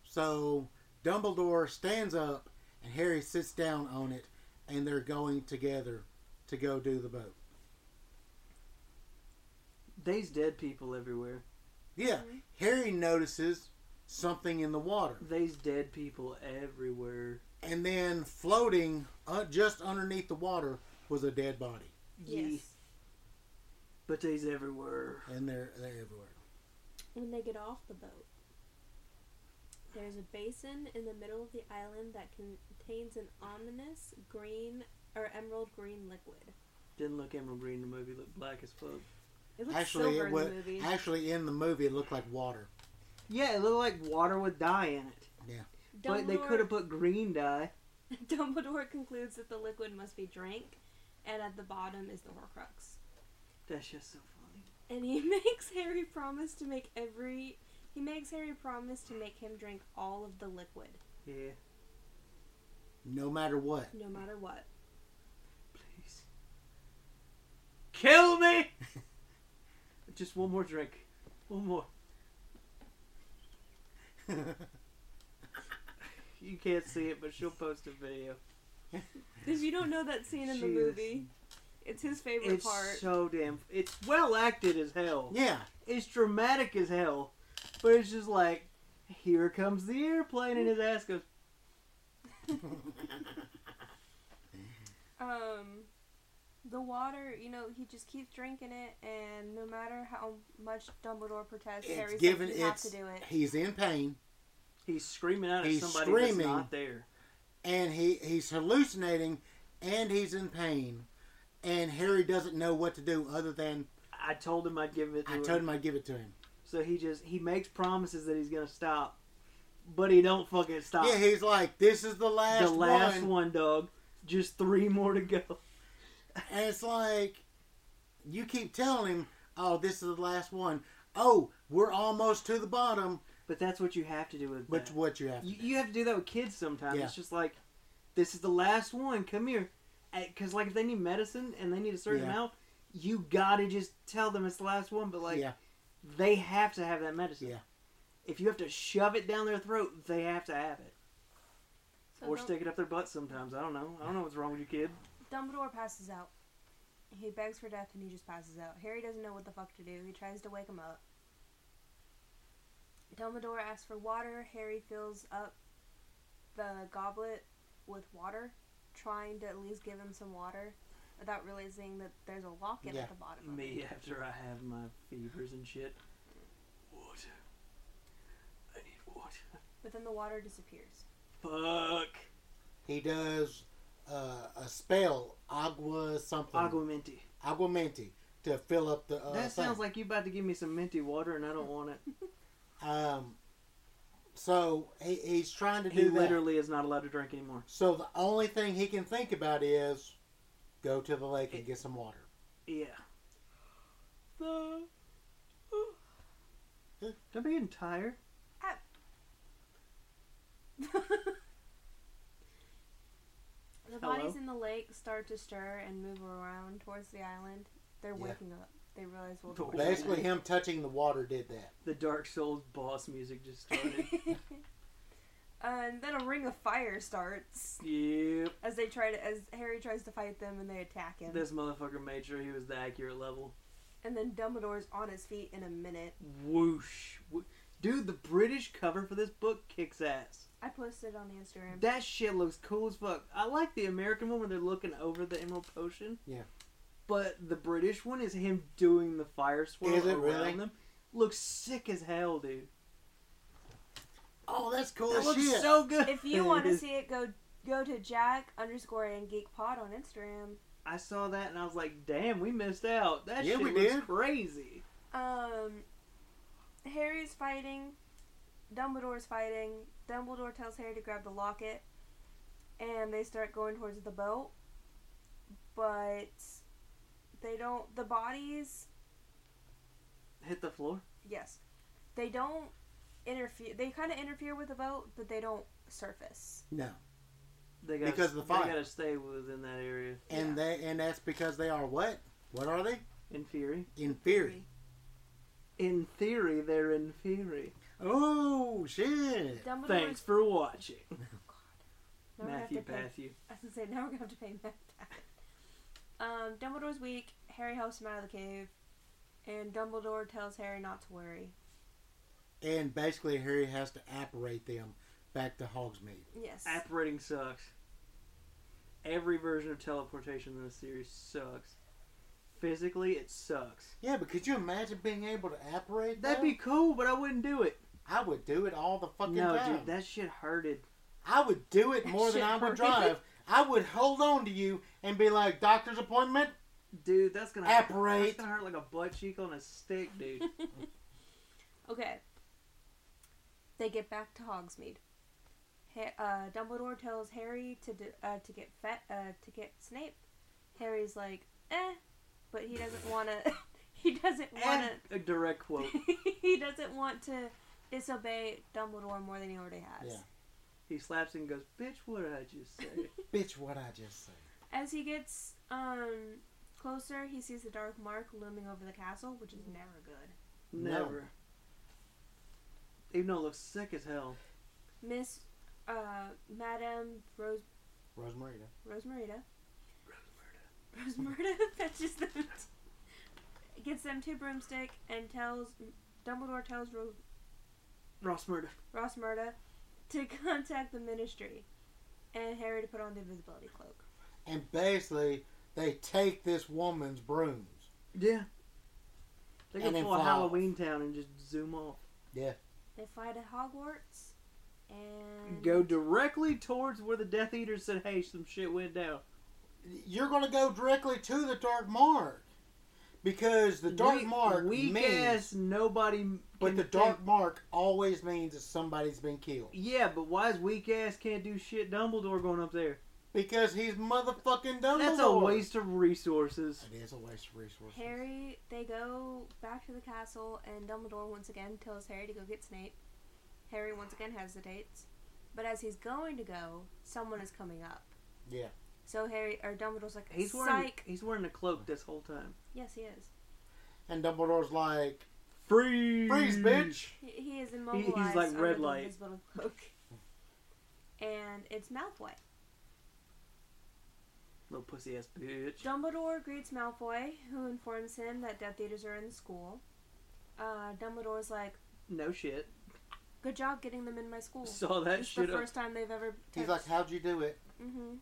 Speaker 2: So Dumbledore stands up and Harry sits down on it, and they're going together to go do the boat.
Speaker 1: There's dead people everywhere.
Speaker 2: Yeah,
Speaker 3: Mhm.
Speaker 2: Harry notices something in the water,
Speaker 1: There's dead people everywhere.
Speaker 2: and then floating uh, just underneath the water was a dead body,
Speaker 1: Ye-
Speaker 3: Yes.
Speaker 1: But there's everywhere.
Speaker 2: and they're they're everywhere.
Speaker 3: When they get off the boat, there's a basin in the middle of the island that contains an ominous green or emerald green liquid.
Speaker 1: Didn't look emerald green. The movie looked black as fuck.
Speaker 3: It looks
Speaker 2: Actually,
Speaker 3: silver
Speaker 2: it was
Speaker 3: in the movie.
Speaker 2: actually in the movie it looked like water.
Speaker 1: Yeah, it looked like water with dye in it. But they could have put green dye.
Speaker 3: <laughs> Dumbledore concludes that the liquid must be drank, and at the bottom is the Horcrux.
Speaker 1: That's just so funny.
Speaker 3: And he <laughs> makes Harry promise to make every. He makes Harry promise to make him drink all of the liquid,
Speaker 1: Yeah,
Speaker 2: No matter what, <laughs>
Speaker 3: no matter what.
Speaker 1: please. Kill me! <laughs> just one more drink. One more. You can't see it, but she'll post a video.
Speaker 3: If you don't know
Speaker 2: <laughs>
Speaker 3: that scene in the
Speaker 1: Jesus.
Speaker 3: movie, it's his favorite
Speaker 1: It's
Speaker 3: part.
Speaker 1: so damn. It's well acted as hell.
Speaker 2: yeah,
Speaker 1: It's dramatic as hell, but it's just like, here comes the airplane, and his ass goes.
Speaker 3: um, the water, you know, he just keeps drinking it, and no matter how much Dumbledore protests,
Speaker 2: it's
Speaker 3: Harry's
Speaker 2: given.
Speaker 3: like, you have
Speaker 2: It's
Speaker 3: to do it.
Speaker 2: he's in pain,
Speaker 1: He's screaming out at
Speaker 2: He's
Speaker 1: somebody that's
Speaker 2: screaming.
Speaker 1: not there.
Speaker 2: and he he's hallucinating, and he's in pain, and Harry doesn't know what to do other than
Speaker 1: I told him I'd give it to
Speaker 2: I
Speaker 1: him.
Speaker 2: told him I'd give it to him.
Speaker 1: So he just he makes promises that he's gonna stop, but he don't fucking stop.
Speaker 2: Yeah, he's like, this is the last,
Speaker 1: the last
Speaker 2: one.
Speaker 1: one. dog. Just three more to go.
Speaker 2: And it's like, you keep telling him, oh, this is the last one. Oh, we're almost to the bottom.
Speaker 1: But that's what you have to do with
Speaker 2: But
Speaker 1: that.
Speaker 2: what you have to
Speaker 1: You, you have to do that with kids sometimes.
Speaker 2: Yeah.
Speaker 1: It's just like, this is the last one. Come here, because like if they need medicine and they need a certain
Speaker 2: Yeah.
Speaker 1: amount, you gotta just tell them it's the last one. But like,
Speaker 2: Yeah.
Speaker 1: they have to have that medicine.
Speaker 2: Yeah.
Speaker 1: If you have to shove it down their throat, they have to have it,
Speaker 3: So
Speaker 1: or
Speaker 3: Dum-
Speaker 1: stick it up their butt. Sometimes I don't know. I don't know what's wrong with you, kid.
Speaker 3: Dumbledore passes out. He begs for death and he just passes out. Harry doesn't know what the fuck to do. He tries to wake him up. Dumbledore asks for water. Harry fills up the goblet with water, trying to at least give him some water without realizing that there's a locket
Speaker 2: Yeah,
Speaker 3: at the bottom of it.
Speaker 1: Me after I have my fevers and shit. Water. I need water.
Speaker 3: But then the water
Speaker 2: <laughs>
Speaker 3: disappears.
Speaker 1: Fuck.
Speaker 2: He does uh, a spell, agua something.
Speaker 1: Agua minty.
Speaker 2: Agua menti to fill up the. Uh,
Speaker 1: That sounds
Speaker 2: thing.
Speaker 1: like you about to give me some minty water, and I don't
Speaker 2: <laughs>
Speaker 1: want it.
Speaker 2: Um, so he, he's trying to
Speaker 1: He
Speaker 2: do that.
Speaker 1: literally is not allowed to drink anymore.
Speaker 2: So the only thing he can think about is go to the lake and
Speaker 1: It-
Speaker 2: get some water.
Speaker 1: Yeah. Don't be getting tired.
Speaker 3: the bodies
Speaker 1: Hello?
Speaker 3: in the lake start to stir and move around towards the island. They're
Speaker 2: Yeah.
Speaker 3: waking up. They realize well.
Speaker 1: The
Speaker 3: we're-
Speaker 2: Basically, him touching the water did that.
Speaker 1: The Dark Souls boss music just <laughs> started.
Speaker 3: and then a ring of fire starts
Speaker 1: yep.
Speaker 3: as they try to as Harry tries to fight them and they attack him.
Speaker 1: This motherfucker made sure he was the accurate level.
Speaker 3: and then Dumbledore's on his feet in a minute.
Speaker 1: Whoosh. Wh- Dude, the British cover for this book kicks ass.
Speaker 3: I posted on
Speaker 1: <laughs>
Speaker 3: Instagram.
Speaker 1: That shit looks cool as fuck. I like the American one where they're looking over the Emerald Potion.
Speaker 2: Yeah.
Speaker 1: But the British one is him doing the fire swirl
Speaker 2: Is it
Speaker 1: around
Speaker 2: really?
Speaker 1: them. Looks sick as hell, dude.
Speaker 2: Oh, that's cool
Speaker 1: That
Speaker 2: as
Speaker 1: looks
Speaker 2: shit.
Speaker 1: so good.
Speaker 3: if you want to
Speaker 1: It is.
Speaker 3: see it, go go to Jack underscore and Geek Pod on Instagram.
Speaker 1: I saw that and I was like, damn, we missed out. That
Speaker 2: Yeah,
Speaker 1: shit
Speaker 2: we
Speaker 1: looks
Speaker 2: did.
Speaker 1: crazy.
Speaker 3: Um, Harry's fighting. Dumbledore's fighting. Dumbledore tells Harry to grab the locket, and they start going towards the boat. But they don't. The bodies,
Speaker 1: Hit the floor.
Speaker 3: yes, they don't interfere. They kind of interfere with the boat, but they don't surface.
Speaker 2: no,
Speaker 1: They gotta,
Speaker 2: Because of the
Speaker 1: They
Speaker 2: fire.
Speaker 1: got to stay within that area.
Speaker 2: and they and that's because they are what? What are they?
Speaker 1: In Fury.
Speaker 2: In fury.
Speaker 1: In theory, they're in fury.
Speaker 2: Oh shit!
Speaker 3: Dumbledore's.
Speaker 1: Thanks for watching,
Speaker 3: Now we're gonna have
Speaker 1: Matthew
Speaker 3: to pay-
Speaker 1: Patthew.
Speaker 3: <laughs> I was gonna say now we're gonna have to pay Matt back. Um, Dumbledore's weak. Harry helps him out of the cave, and Dumbledore tells Harry not to worry.
Speaker 2: And basically, Harry has to apparate them back to Hogsmeade.
Speaker 3: Yes.
Speaker 1: Apparating sucks. Every version of teleportation in this series sucks. Physically, it sucks.
Speaker 2: Yeah, but could you imagine being able to apparate?
Speaker 1: That'd be cool, but I wouldn't do it.
Speaker 2: I would do it all the fucking
Speaker 1: no,
Speaker 2: time.
Speaker 1: dude, that shit hurted.
Speaker 2: I would do it
Speaker 3: That
Speaker 2: more than
Speaker 3: shit
Speaker 2: I would
Speaker 3: hurt.
Speaker 2: drive. I would hold on to you and be like, "Doctor's appointment."
Speaker 1: Dude, that's gonna
Speaker 2: Apparate.
Speaker 1: That's gonna hurt like a butt cheek on a stick,
Speaker 2: <laughs>
Speaker 1: dude.
Speaker 3: okay. They get back to Hogsmeade. Ha- uh, Dumbledore tells Harry to d- uh, to get fat uh, to get Snape. Harry's like, eh, but he doesn't want to. <laughs> he doesn't want to.
Speaker 1: and a direct quote.
Speaker 3: <laughs> he doesn't want to disobey Dumbledore more than he already has.
Speaker 2: Yeah.
Speaker 1: He slaps and goes, "Bitch, what did I just
Speaker 2: <laughs>
Speaker 1: say?"
Speaker 2: Bitch, what I just said.
Speaker 3: As he gets um closer, he sees the dark mark looming over the castle, which is never good.
Speaker 2: No.
Speaker 1: Never. Even though it looks sick as hell.
Speaker 3: Miss uh Madame Rose
Speaker 2: Rosemarita.
Speaker 3: Rosmerita. Rosmerita, <laughs> that's just the <laughs> gets them two broomstick and tells Dumbledore tells Ro-
Speaker 1: Ross Murda.
Speaker 3: Ross Murda to <laughs> contact the ministry and Harry to put on the invisibility cloak.
Speaker 2: And basically, they take this woman's brooms.
Speaker 1: Yeah. They
Speaker 2: And
Speaker 1: can
Speaker 2: then
Speaker 1: pull a
Speaker 2: fly off.
Speaker 1: Halloween town and just zoom off.
Speaker 2: Yeah.
Speaker 3: They fly to Hogwarts and
Speaker 1: Go directly towards where the Death Eater said, "Hey, some shit went down."
Speaker 2: You're going to go directly to the Dark Mark. Because the Dark
Speaker 1: We-
Speaker 2: Mark
Speaker 1: weak
Speaker 2: means.
Speaker 1: ass, nobody.
Speaker 2: but
Speaker 1: can
Speaker 2: the
Speaker 1: think-
Speaker 2: Dark Mark always means that somebody's been killed.
Speaker 1: Yeah, but why is weak ass can't do shit? Dumbledore going up there.
Speaker 2: Because he's motherfucking Dumbledore.
Speaker 1: That's a waste of resources.
Speaker 2: It is a waste of resources.
Speaker 3: Harry, they go back to the castle, and Dumbledore once again tells Harry to go get Snape. Harry once again hesitates, but as he's going to go, someone is coming up.
Speaker 2: Yeah.
Speaker 3: So Harry or Dumbledore's like,
Speaker 1: He's
Speaker 3: "Psych."
Speaker 1: wearing he's wearing a cloak this whole time.
Speaker 3: yes, he is.
Speaker 2: And Dumbledore's like,
Speaker 1: Freeze,
Speaker 2: freeze, bitch.
Speaker 3: He, he is immobilized.
Speaker 1: like
Speaker 3: under
Speaker 1: red
Speaker 3: the
Speaker 1: light.
Speaker 3: invisible cloak. and it's Malfoy.
Speaker 1: Little pussy ass bitch.
Speaker 3: Dumbledore greets Malfoy, who informs him that Death Eaters are in the school. Uh, Dumbledore's like,
Speaker 1: No shit.
Speaker 3: "Good job getting them in my school."
Speaker 1: Saw that
Speaker 3: This is the
Speaker 1: shit. up.
Speaker 3: first time they've ever.
Speaker 2: He's like, how'd you do it?
Speaker 3: hmm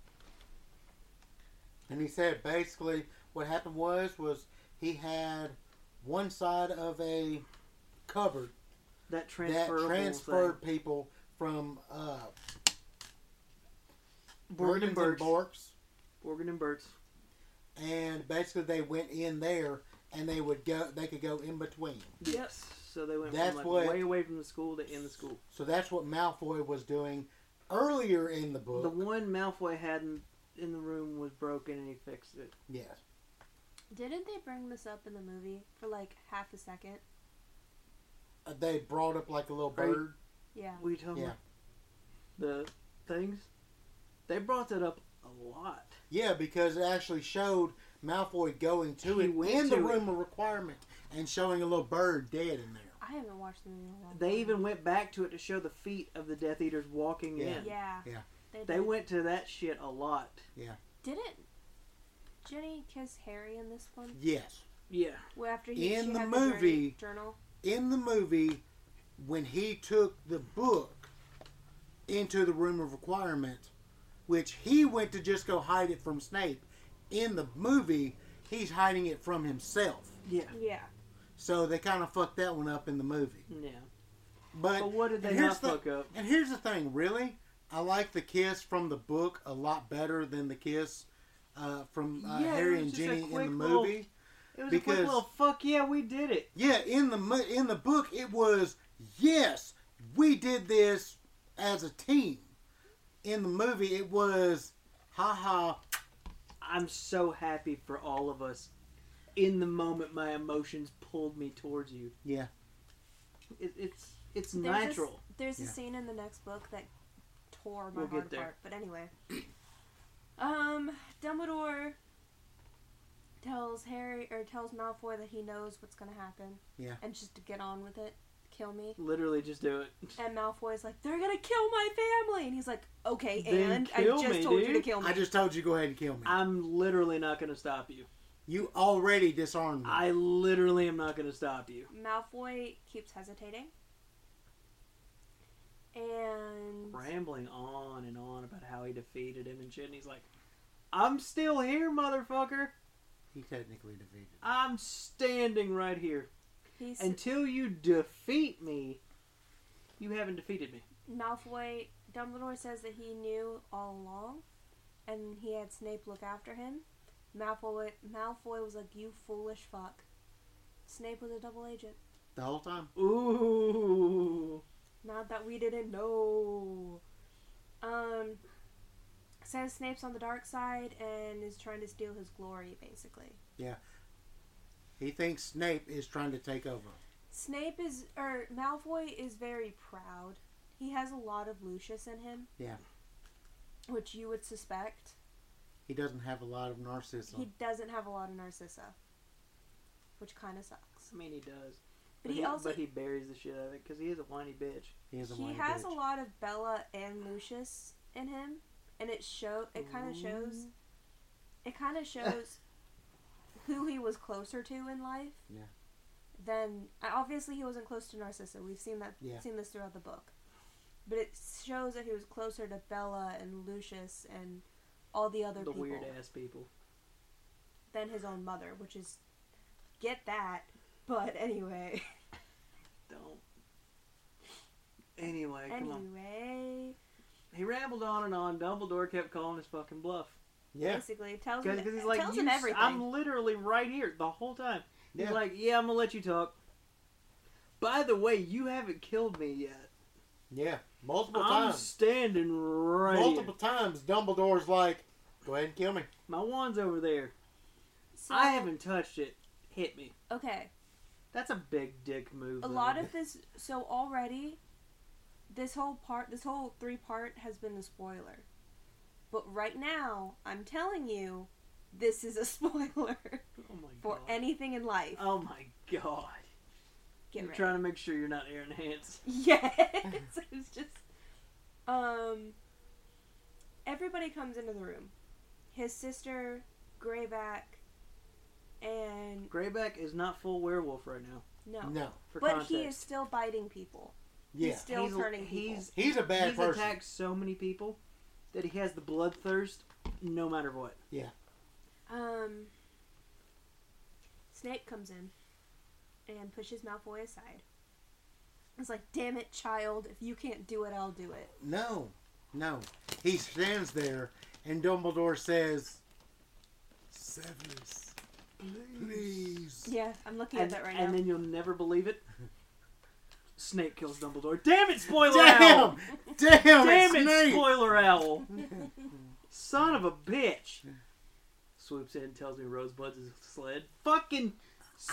Speaker 2: And he said basically what happened was was he had one side of a cupboard
Speaker 1: That
Speaker 2: that
Speaker 1: transferable
Speaker 2: transferred people from uh,
Speaker 1: thing. Borgin
Speaker 2: Bergens
Speaker 1: and
Speaker 2: and
Speaker 1: Burks.
Speaker 2: Borks,
Speaker 1: Borgin and Burks.
Speaker 2: and basically they went in there and they would go. They could go in between.
Speaker 1: Yes. So they went
Speaker 2: That's
Speaker 1: from like
Speaker 2: what-
Speaker 1: way away from the school to in the school.
Speaker 2: So that's what Malfoy was doing earlier in the book.
Speaker 1: The one Malfoy had in, in the room was broken and he fixed it.
Speaker 2: yes,
Speaker 3: Didn't they bring this up in the movie for like half a second?
Speaker 2: Uh, they brought up like a little
Speaker 1: Are you-
Speaker 2: bird.
Speaker 3: Yeah.
Speaker 1: What are you talking
Speaker 2: Yeah.
Speaker 1: about? The things? They brought that up a lot.
Speaker 2: Yeah, because it actually showed Malfoy going to
Speaker 1: He
Speaker 2: it
Speaker 1: went
Speaker 2: in the
Speaker 1: to it.
Speaker 2: room of requirement and showing a little bird dead in there.
Speaker 3: I haven't watched the movie in a long
Speaker 1: They
Speaker 3: time.
Speaker 1: even went back to it to show the feet of the Death Eaters walking
Speaker 2: Yeah.
Speaker 1: in.
Speaker 3: Yeah.
Speaker 2: Yeah.
Speaker 3: They,
Speaker 1: They
Speaker 3: did.
Speaker 1: went to that shit a lot.
Speaker 3: Didn't Jenny kiss Harry in this one?
Speaker 1: Mm.
Speaker 2: Yes.
Speaker 1: Yeah.
Speaker 3: Well, after he
Speaker 2: In
Speaker 3: she
Speaker 2: the
Speaker 3: had
Speaker 2: movie-
Speaker 3: journey- journal.
Speaker 2: in the movie when he took the book into the room of requirement, which he went to just go hide it from Snape. In the movie, he's hiding it from himself.
Speaker 1: Yeah.
Speaker 3: Yeah.
Speaker 2: So they kind of fucked that one up in the movie.
Speaker 1: Yeah.
Speaker 2: But,
Speaker 1: But what did
Speaker 2: and
Speaker 1: they not
Speaker 2: here's the-
Speaker 1: fuck up?
Speaker 2: And here's the thing, really, I like the kiss from the book a lot better than the kiss uh, from uh,
Speaker 1: Yeah, it
Speaker 2: Harry
Speaker 1: was
Speaker 2: and
Speaker 1: just a
Speaker 2: Ginny in the
Speaker 1: quick
Speaker 2: movie.
Speaker 1: little- It was a
Speaker 2: Because-
Speaker 1: quick little fuck yeah, we did it.
Speaker 2: Yeah, in the mo- in the book, it was yes, we did this as a team. In the movie, it was ha ha.
Speaker 1: I'm so happy for all of us. In the moment, my emotions pulled me towards you.
Speaker 2: Yeah,
Speaker 1: It, it's it's
Speaker 3: There's a s-
Speaker 1: natural.
Speaker 3: There's a
Speaker 2: Yeah.
Speaker 3: scene in the next book that tore my
Speaker 1: We'll get
Speaker 3: heart
Speaker 1: there.
Speaker 3: apart. But anyway, um, Dumbledore tells Harry or tells Malfoy that he knows what's gonna happen.
Speaker 2: Yeah.
Speaker 3: And just to get on with it, kill me.
Speaker 1: Literally, just do it.
Speaker 3: And Malfoy's like, they're gonna kill my family, and he's like, okay,
Speaker 1: Then
Speaker 3: and I
Speaker 1: kill
Speaker 3: just
Speaker 1: me,
Speaker 3: told you to
Speaker 1: dude.
Speaker 3: kill me.
Speaker 2: I just told you go ahead and kill me.
Speaker 1: I'm literally not going to stop you.
Speaker 2: you already disarmed me.
Speaker 1: I literally am not going to stop you.
Speaker 3: Malfoy keeps hesitating, and
Speaker 1: Rambling on and on about how he defeated him and shit, and he's like, I'm still here, motherfucker.
Speaker 2: he technically defeated. me.
Speaker 1: I'm standing right here.
Speaker 3: he's
Speaker 1: Until you defeat me, you haven't defeated me.
Speaker 3: Malfoy. Dumbledore says that he knew all along, and he had Snape look after him. Malfoy Malfoy was like, you foolish fuck. Snape was a double agent.
Speaker 2: the whole time.
Speaker 1: Ooh.
Speaker 3: Not that we didn't know. Um, says Snape's on the dark side and is trying to steal his glory, basically.
Speaker 2: He thinks Snape is trying to take over.
Speaker 3: Snape is, or Malfoy is very proud. He has a lot of Lucius in him.
Speaker 2: Yeah.
Speaker 3: Which you would suspect.
Speaker 2: He doesn't have a lot of narcissism.
Speaker 3: He doesn't have a lot of Narcissa, which kind of sucks.
Speaker 1: I mean, he does.
Speaker 3: But he also
Speaker 1: but he buries the shit out of it because he is a whiny bitch.
Speaker 2: he is a
Speaker 3: he
Speaker 2: whiny
Speaker 3: has
Speaker 2: bitch.
Speaker 3: a lot of Bella and Lucius in him, and it show it kind of shows. It kind of shows who he was closer to in life.
Speaker 2: Yeah.
Speaker 3: Then obviously he wasn't close to Narcissa. We've seen that.
Speaker 2: Yeah.
Speaker 3: Seen this throughout the book, but it shows that he was closer to Bella and Lucius and all the other
Speaker 1: the
Speaker 3: people
Speaker 1: weird ass people.
Speaker 3: than his own mother, which is get that. But anyway,
Speaker 1: Don't. Anyway, come on.
Speaker 3: anyway,
Speaker 1: He rambled on and on. Dumbledore kept calling his fucking bluff.
Speaker 2: Yeah.
Speaker 3: basically tells him,
Speaker 1: Because he's like,
Speaker 3: tells
Speaker 1: you,
Speaker 3: him
Speaker 1: s-
Speaker 3: everything.
Speaker 1: I'm literally right here the whole time. He's
Speaker 2: Yeah.
Speaker 1: like, yeah, I'm going to let you talk. By the way, you haven't killed me yet.
Speaker 2: Yeah. Multiple
Speaker 1: I'm
Speaker 2: times.
Speaker 1: standing right here.
Speaker 2: Multiple times Dumbledore's like, Go ahead and kill me.
Speaker 1: My wand's over there.
Speaker 3: So-
Speaker 1: I haven't touched it. Hit me. <laughs>
Speaker 3: Okay,
Speaker 1: That's a big dick move.
Speaker 3: a
Speaker 1: though.
Speaker 3: lot of this. So already, this whole part, this whole three part, has been a spoiler. But right now, I'm telling you, this is a <laughs> spoiler
Speaker 1: Oh my
Speaker 3: for
Speaker 1: god.
Speaker 3: anything in life.
Speaker 1: Oh my god.
Speaker 3: Get
Speaker 1: You're
Speaker 3: ready.
Speaker 1: trying to make sure you're not Aaron Hance.
Speaker 3: <laughs>
Speaker 1: <laughs>
Speaker 3: Yes, it was just. Um. Everybody comes into the room. His sister, Greyback, and
Speaker 1: Greyback is not full werewolf right now.
Speaker 3: no,
Speaker 2: No.
Speaker 1: For
Speaker 3: but
Speaker 1: context.
Speaker 3: he is still biting people.
Speaker 2: Yeah.
Speaker 3: He's still
Speaker 1: He's-
Speaker 3: turning people.
Speaker 1: he's
Speaker 2: He's a bad
Speaker 1: he's
Speaker 2: person.
Speaker 1: attacked so many people that he has the bloodthirst no matter what.
Speaker 3: Um, Snape comes in and pushes Malfoy aside. It's like, damn it, child! If you can't do it, I'll do it.
Speaker 2: No. No. He stands there and Dumbledore says Severus. Please.
Speaker 3: Yeah, I'm looking
Speaker 1: and
Speaker 3: at that right
Speaker 1: and
Speaker 3: now.
Speaker 1: then you'll never believe it. <laughs> Snake kills Dumbledore. Damn it, spoiler
Speaker 2: Damn!
Speaker 1: owl!
Speaker 2: Damn,
Speaker 1: Damn it,
Speaker 2: Snape!
Speaker 1: spoiler <laughs> owl! Son of a bitch! <laughs> Swoops in and tells me Rosebud's his sled. Fucking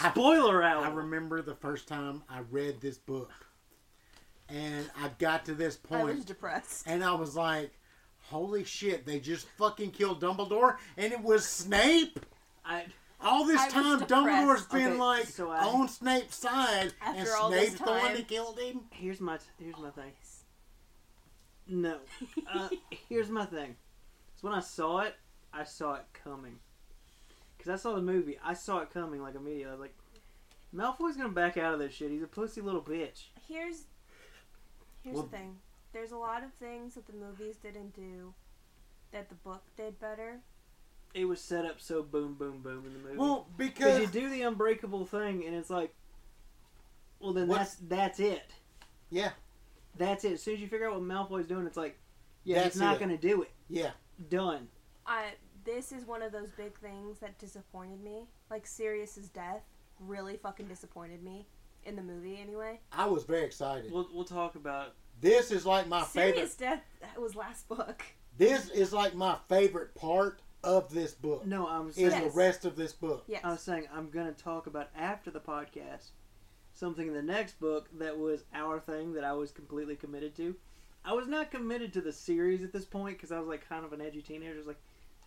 Speaker 2: I-
Speaker 1: spoiler owl!
Speaker 2: I remember the first time I read this book, and I got to this
Speaker 3: I was
Speaker 2: point,
Speaker 3: depressed.
Speaker 2: and I was like, "Holy shit! They just fucking killed Dumbledore, and it was Snape."
Speaker 1: I,
Speaker 2: All this
Speaker 3: I was
Speaker 2: time,
Speaker 3: depressed.
Speaker 2: Dumbledore's been
Speaker 1: Okay,
Speaker 2: like
Speaker 1: so I-
Speaker 2: on Snape's side, and
Speaker 3: After all this
Speaker 2: Snape's the one
Speaker 3: time.
Speaker 2: that killed him.
Speaker 1: here's my here's my thing. No.
Speaker 3: <laughs>
Speaker 1: <laughs> Uh, here's my thing. It's when I saw it, I saw it coming. Because I saw the movie, I saw it coming like immediately. I was like, Malfoy's going to back out of this shit. He's a pussy little bitch.
Speaker 3: Here's here's
Speaker 2: Well-
Speaker 3: the thing. There's a lot of things that the movies didn't do that the book did better.
Speaker 1: It was set up so boom, boom, boom in the movie.
Speaker 2: Well,
Speaker 1: Because
Speaker 2: because
Speaker 1: you do the unbreakable thing, and it's like, well, then
Speaker 2: What-
Speaker 1: that's that's it.
Speaker 2: Yeah.
Speaker 1: That's it. As soon as you figure out what Malfoy's doing, it's like, yeah,
Speaker 2: That's
Speaker 1: he's not
Speaker 2: it.
Speaker 1: going to do it.
Speaker 2: yeah,
Speaker 1: Done.
Speaker 3: I this is one of those big things that disappointed me. Like Sirius's death really fucking disappointed me in the movie anyway.
Speaker 2: I was very excited.
Speaker 1: We'll, we'll talk about
Speaker 2: this is like my favorite.
Speaker 3: Sirius death was last book.
Speaker 2: This is like my favorite part of this book.
Speaker 1: No, I'm
Speaker 2: Is
Speaker 1: saying,
Speaker 2: the
Speaker 3: Yes.
Speaker 2: rest of this book.
Speaker 3: Yes.
Speaker 1: I was saying I'm gonna talk about after the podcast something in the next book that was our thing that I was completely committed to. I was not committed to the series at this point because I was like kind of an edgy teenager. I was like,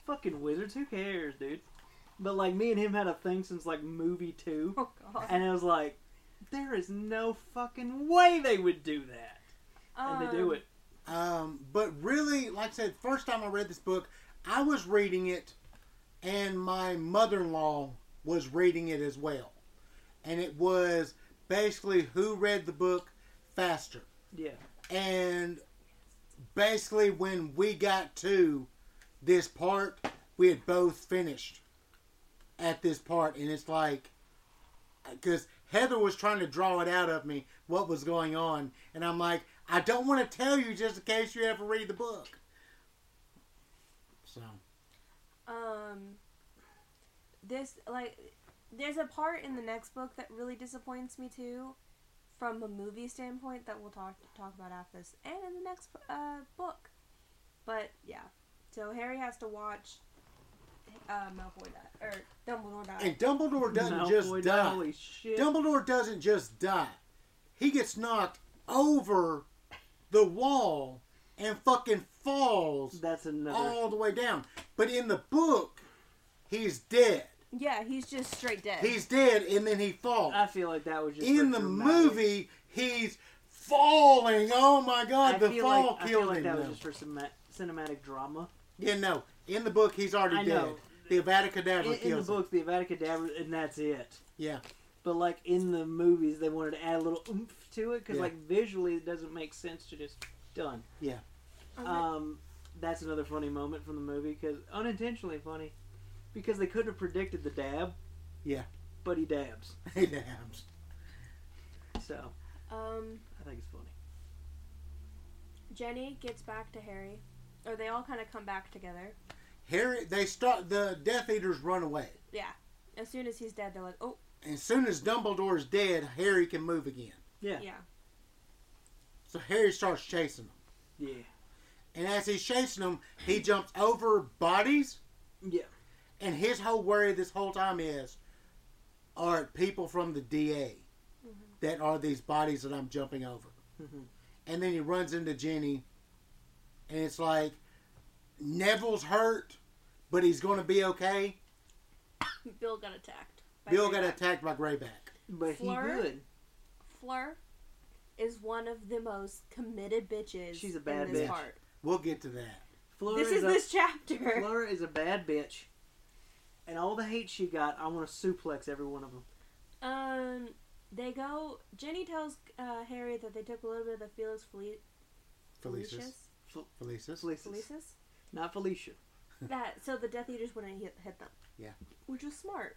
Speaker 1: "Fucking wizards, who cares, dude?" But like me and him had a thing since like movie two,
Speaker 3: <laughs> Oh god.
Speaker 1: and it was like, there is no fucking way they would do that, and they do
Speaker 3: Um,
Speaker 1: it.
Speaker 2: Um, but really, like I said, first time I read this book, I was reading it, and my mother in law was reading it as well. And it was basically who read the book faster.
Speaker 1: Yeah,
Speaker 2: And basically, when we got to this part, we had both finished at this part. And it's like, because Heather was trying to draw it out of me what was going on. And I'm like, I don't want to tell you just in case you ever read the book. So,
Speaker 3: um this like there's a part in the next book that really disappoints me too from a movie standpoint that we'll talk talk about after this and in the next uh, book but yeah so harry has to watch uh, Malfoy die or Dumbledore die
Speaker 2: and Dumbledore doesn't just
Speaker 1: Malfoy,
Speaker 2: die.
Speaker 1: Holy shit!
Speaker 2: Dumbledore doesn't just die. He gets knocked over the wall and fucking falls
Speaker 1: That's another.
Speaker 2: all the way down. But in the book, he's dead.
Speaker 3: yeah he's just straight dead
Speaker 2: He's dead and then he falls.
Speaker 1: I feel like that was just for
Speaker 2: in the
Speaker 1: dramatic.
Speaker 2: movie, he's falling. Oh my god,
Speaker 1: I
Speaker 2: the
Speaker 1: feel
Speaker 2: fall
Speaker 1: like, I feel
Speaker 2: killed
Speaker 1: like
Speaker 2: him.
Speaker 1: that was
Speaker 2: though.
Speaker 1: just for some cinematic drama.
Speaker 2: Yeah, no. In the book, he's already
Speaker 1: I
Speaker 2: dead.
Speaker 1: know.
Speaker 2: The Avada Kedavra
Speaker 1: In,
Speaker 2: kills
Speaker 1: in the
Speaker 2: him.
Speaker 1: books, the Avada Kedavra, and that's it.
Speaker 2: Yeah, <laughs>
Speaker 1: But like in the movies, they wanted to add a little oomph to it because
Speaker 2: Yeah.
Speaker 1: like visually, it doesn't make sense to just done.
Speaker 2: yeah. uh,
Speaker 1: Um, that's another funny moment from the movie because unintentionally funny because they couldn't have predicted the dab.
Speaker 2: Yeah.
Speaker 1: but he dabs,
Speaker 2: He dabs.
Speaker 1: so
Speaker 3: um
Speaker 1: I think it's funny.
Speaker 3: Jenny gets back to Harry or they all kind of come back together
Speaker 2: Harry, they start, the Death Eaters run away.
Speaker 3: as soon as he's dead they're like oh
Speaker 2: as soon as Dumbledore's dead, Harry can move again.
Speaker 1: Yeah,
Speaker 3: yeah,
Speaker 2: So Harry starts chasing him.
Speaker 1: yeah,
Speaker 2: And as he's chasing him, he jumps over bodies.
Speaker 1: yeah.
Speaker 2: And his whole worry this whole time is are it people from the DA
Speaker 3: Mm-hmm.
Speaker 2: that are these bodies that I'm jumping over?
Speaker 1: Mhm.
Speaker 2: And then he runs into Jenny. And it's like, Neville's hurt, but he's going to be okay.
Speaker 3: Bill got attacked by
Speaker 2: Bill
Speaker 3: Harry.
Speaker 2: got attacked by Greyback.
Speaker 1: But
Speaker 3: Fleur?
Speaker 1: he good.
Speaker 3: Fleur is one of the most committed bitches.
Speaker 1: She's a bad
Speaker 3: in this
Speaker 2: bitch.
Speaker 3: Part.
Speaker 2: We'll get to that.
Speaker 1: Fleur
Speaker 3: This is
Speaker 1: a-
Speaker 3: this chapter.
Speaker 1: Laura is a bad bitch, and all the hate she got, I want to suplex every one of them.
Speaker 3: <laughs> Um, they go. Jenny tells uh, Harry that they took a little bit of the Felix Feli-
Speaker 2: Felicia's.
Speaker 3: Felicius,
Speaker 2: Felicia's.
Speaker 1: Felicia's.
Speaker 3: Felicis.
Speaker 1: Not Felicia.
Speaker 3: that so the Death Eaters wouldn't hit, hit them.
Speaker 2: Yeah.
Speaker 3: Which was smart,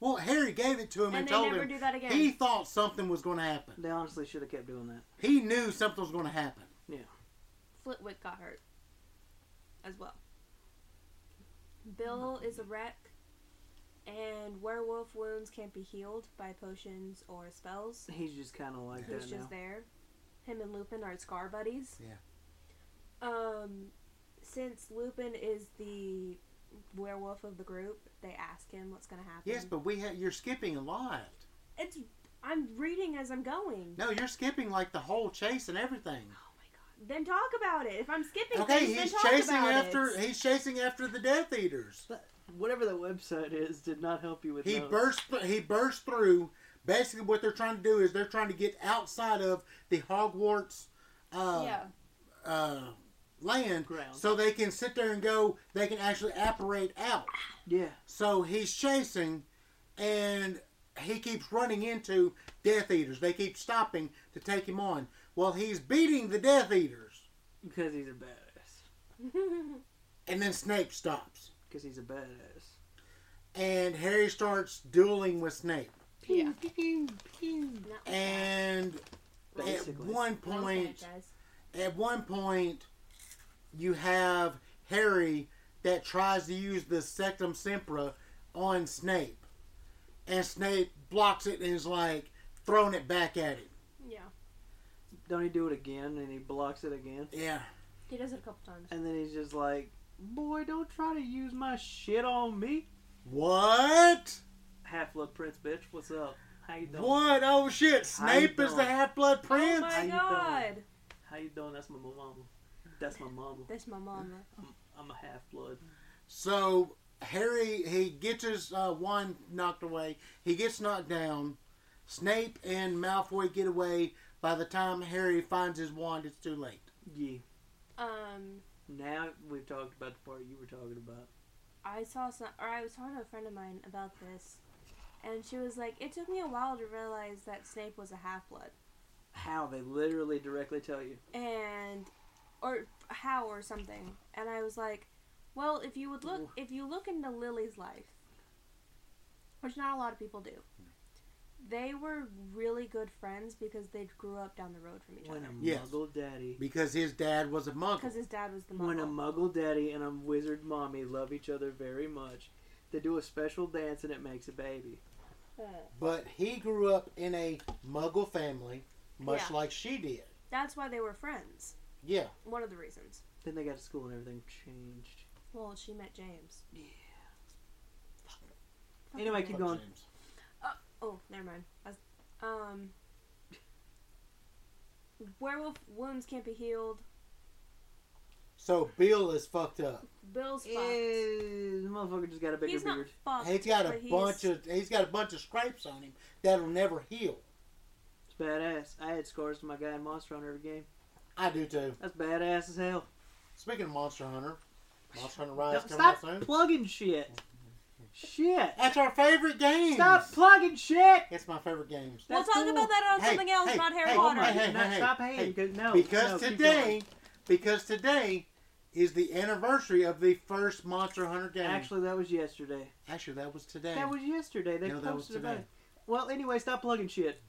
Speaker 2: Well, Harry gave it to him and,
Speaker 3: and they
Speaker 2: told
Speaker 3: never
Speaker 2: him
Speaker 3: do that again.
Speaker 2: He thought something was going to happen.
Speaker 1: They honestly should have kept doing that.
Speaker 2: He knew something was going to happen.
Speaker 3: Flitwick got hurt as well. Bill is a wreck, and werewolf wounds can't be healed by potions or spells.
Speaker 1: He's just kind of like
Speaker 3: He's
Speaker 1: that now.
Speaker 3: just there. Him and Lupin are scar buddies.
Speaker 2: Yeah.
Speaker 3: Um, since Lupin is the werewolf of the group, they ask him what's going to happen.
Speaker 2: Yes, but we ha- you're skipping a lot.
Speaker 3: it's I'm reading as I'm going.
Speaker 2: No, you're skipping like the whole chase and everything.
Speaker 3: Oh my god! Then talk about it. If I'm skipping,
Speaker 2: Okay,
Speaker 3: things,
Speaker 2: he's
Speaker 3: then talk
Speaker 2: chasing
Speaker 3: about
Speaker 2: after
Speaker 3: It.
Speaker 2: he's chasing after the Death Eaters.
Speaker 1: Whatever the website is did not help you with
Speaker 2: He
Speaker 1: those.
Speaker 2: burst he burst through. Basically, what they're trying to do is they're trying to get outside of the Hogwarts uh,
Speaker 3: <laughs> yeah.
Speaker 2: uh, land,
Speaker 1: Ground.
Speaker 2: so they can sit there and go. They can actually apparate out.
Speaker 1: Yeah,
Speaker 2: So he's chasing, and he keeps running into Death Eaters. They keep stopping to take him on. Well, he's beating the Death Eaters,
Speaker 1: because he's a badass.
Speaker 2: and then Snape stops,
Speaker 1: Because he's a badass.
Speaker 2: and Harry starts dueling with Snape.
Speaker 3: Yeah. Not like
Speaker 2: And
Speaker 1: Basically.
Speaker 2: at one
Speaker 3: that. Not like
Speaker 2: point,
Speaker 3: that, guys.
Speaker 2: at one point, you have Harry that tries to use the Sectum Sempra on Snape, and Snape blocks it and is like throwing it back at him.
Speaker 3: Yeah.
Speaker 1: Don't he do it again and he blocks it again?
Speaker 2: Yeah.
Speaker 3: He does it a couple times.
Speaker 1: And then he's just like, boy, don't try to use my shit on me.
Speaker 2: What?
Speaker 1: Half Blood Prince, bitch, what's up? How you doing?
Speaker 2: What? Oh shit! Snape is the
Speaker 1: don't.
Speaker 2: half blood
Speaker 3: Oh
Speaker 2: prince.
Speaker 1: How
Speaker 3: my
Speaker 1: you
Speaker 3: god!
Speaker 1: How you doing? That's my mama. That's my mama.
Speaker 3: That's my mama.
Speaker 1: I'm a half blood.
Speaker 2: so Harry he gets his uh, wand knocked away. He gets knocked down. Snape and Malfoy get away. By the time Harry finds his wand, it's too late.
Speaker 1: Yeah.
Speaker 3: Um,
Speaker 1: Now we've talked about the part you were talking about.
Speaker 3: I saw some, or I was talking to a friend of mine about this, and she was like, "It took me a while to realize that Snape was a half blood,
Speaker 1: How they literally directly tell you.
Speaker 3: and or how or something." And I was like, "Well, if you would look, if you look into Lily's life, which not a lot of people do."
Speaker 1: Hmm.
Speaker 3: They were really good friends because they grew up down the road from each
Speaker 1: When
Speaker 3: other.
Speaker 1: a
Speaker 2: Yes.
Speaker 1: muggle daddy.
Speaker 2: Because his dad was a
Speaker 3: Because
Speaker 2: muggle.
Speaker 3: his dad was the
Speaker 1: When a
Speaker 3: muggle.
Speaker 1: muggle daddy and a wizard mommy love each other very much, they do a special dance and it makes a baby.
Speaker 3: Uh,
Speaker 2: But he grew up in a muggle family, much
Speaker 3: Yeah.
Speaker 2: like she did.
Speaker 3: That's why they were friends.
Speaker 2: Yeah.
Speaker 3: One of the reasons.
Speaker 1: Then they got to school and everything changed.
Speaker 3: Well, she met James.
Speaker 1: Yeah.
Speaker 3: Fucking
Speaker 1: Anyway,
Speaker 3: James.
Speaker 1: keep going.
Speaker 2: James.
Speaker 3: Oh, never mind. I was- um, werewolf wounds can't be healed.
Speaker 2: So Bill is fucked up.
Speaker 3: Bill's
Speaker 1: Eh,
Speaker 3: fucked.
Speaker 1: the motherfucker just got a bigger
Speaker 3: he's not
Speaker 1: beard.
Speaker 3: fucked.
Speaker 2: He's got a
Speaker 3: but he's-
Speaker 2: bunch of he's got a bunch of scrapes on him that'll never heal.
Speaker 1: It's badass. I had scars to my guy in Monster Hunter every game.
Speaker 2: I do too.
Speaker 1: That's badass as hell.
Speaker 2: Speaking of Monster Hunter, Monster Hunter Rise
Speaker 1: Don't-
Speaker 2: coming out
Speaker 1: stop
Speaker 2: soon.
Speaker 1: plugging shit. Shit.
Speaker 2: That's our favorite game.
Speaker 1: Stop plugging shit.
Speaker 2: It's my favorite games.
Speaker 3: We'll
Speaker 1: That's
Speaker 3: talk
Speaker 1: cool.
Speaker 3: about that on
Speaker 2: Hey,
Speaker 3: something else,
Speaker 2: hey,
Speaker 3: not Harry
Speaker 2: hey,
Speaker 1: Oh
Speaker 3: Potter.
Speaker 1: my
Speaker 2: hey, hey,
Speaker 1: god!
Speaker 2: hey,
Speaker 1: stop
Speaker 2: hey.
Speaker 1: hating. 'cause- No,
Speaker 2: because
Speaker 1: no, keep
Speaker 2: today,
Speaker 1: going.
Speaker 2: because today is the anniversary of the first Monster Hunter game.
Speaker 1: actually, that was yesterday.
Speaker 2: Actually, that was today.
Speaker 1: That was yesterday. They
Speaker 2: No, that was
Speaker 1: posted about
Speaker 2: today.
Speaker 1: it. Well, anyway, stop plugging shit.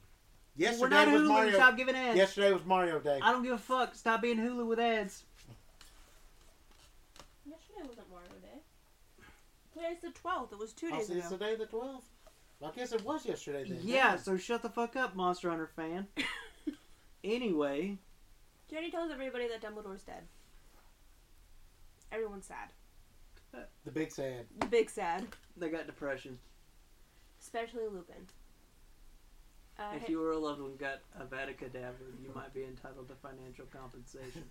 Speaker 2: yesterday
Speaker 1: We're not
Speaker 2: was
Speaker 1: Hulu.
Speaker 2: Mario.
Speaker 1: Stop giving ads.
Speaker 2: Yesterday was Mario Day.
Speaker 1: I don't give a fuck. Stop being Hulu with ads.
Speaker 3: Yesterday wasn't Mario Day. Today's the 12th. It was two
Speaker 2: Oh,
Speaker 3: days
Speaker 2: see, it's
Speaker 3: ago.
Speaker 2: today the 12th. I guess it was yesterday then.
Speaker 1: Yeah, so shut the fuck up, Monster Hunter
Speaker 2: <laughs>
Speaker 1: fan. anyway,
Speaker 3: Jenny tells everybody that Dumbledore's dead. Everyone's sad.
Speaker 2: The big sad.
Speaker 3: Big sad.
Speaker 1: they got depression.
Speaker 3: Especially Lupin. Uh,
Speaker 1: If
Speaker 3: hey-
Speaker 1: you were a loved one who got a Vaticadaver, you might be entitled to financial compensation.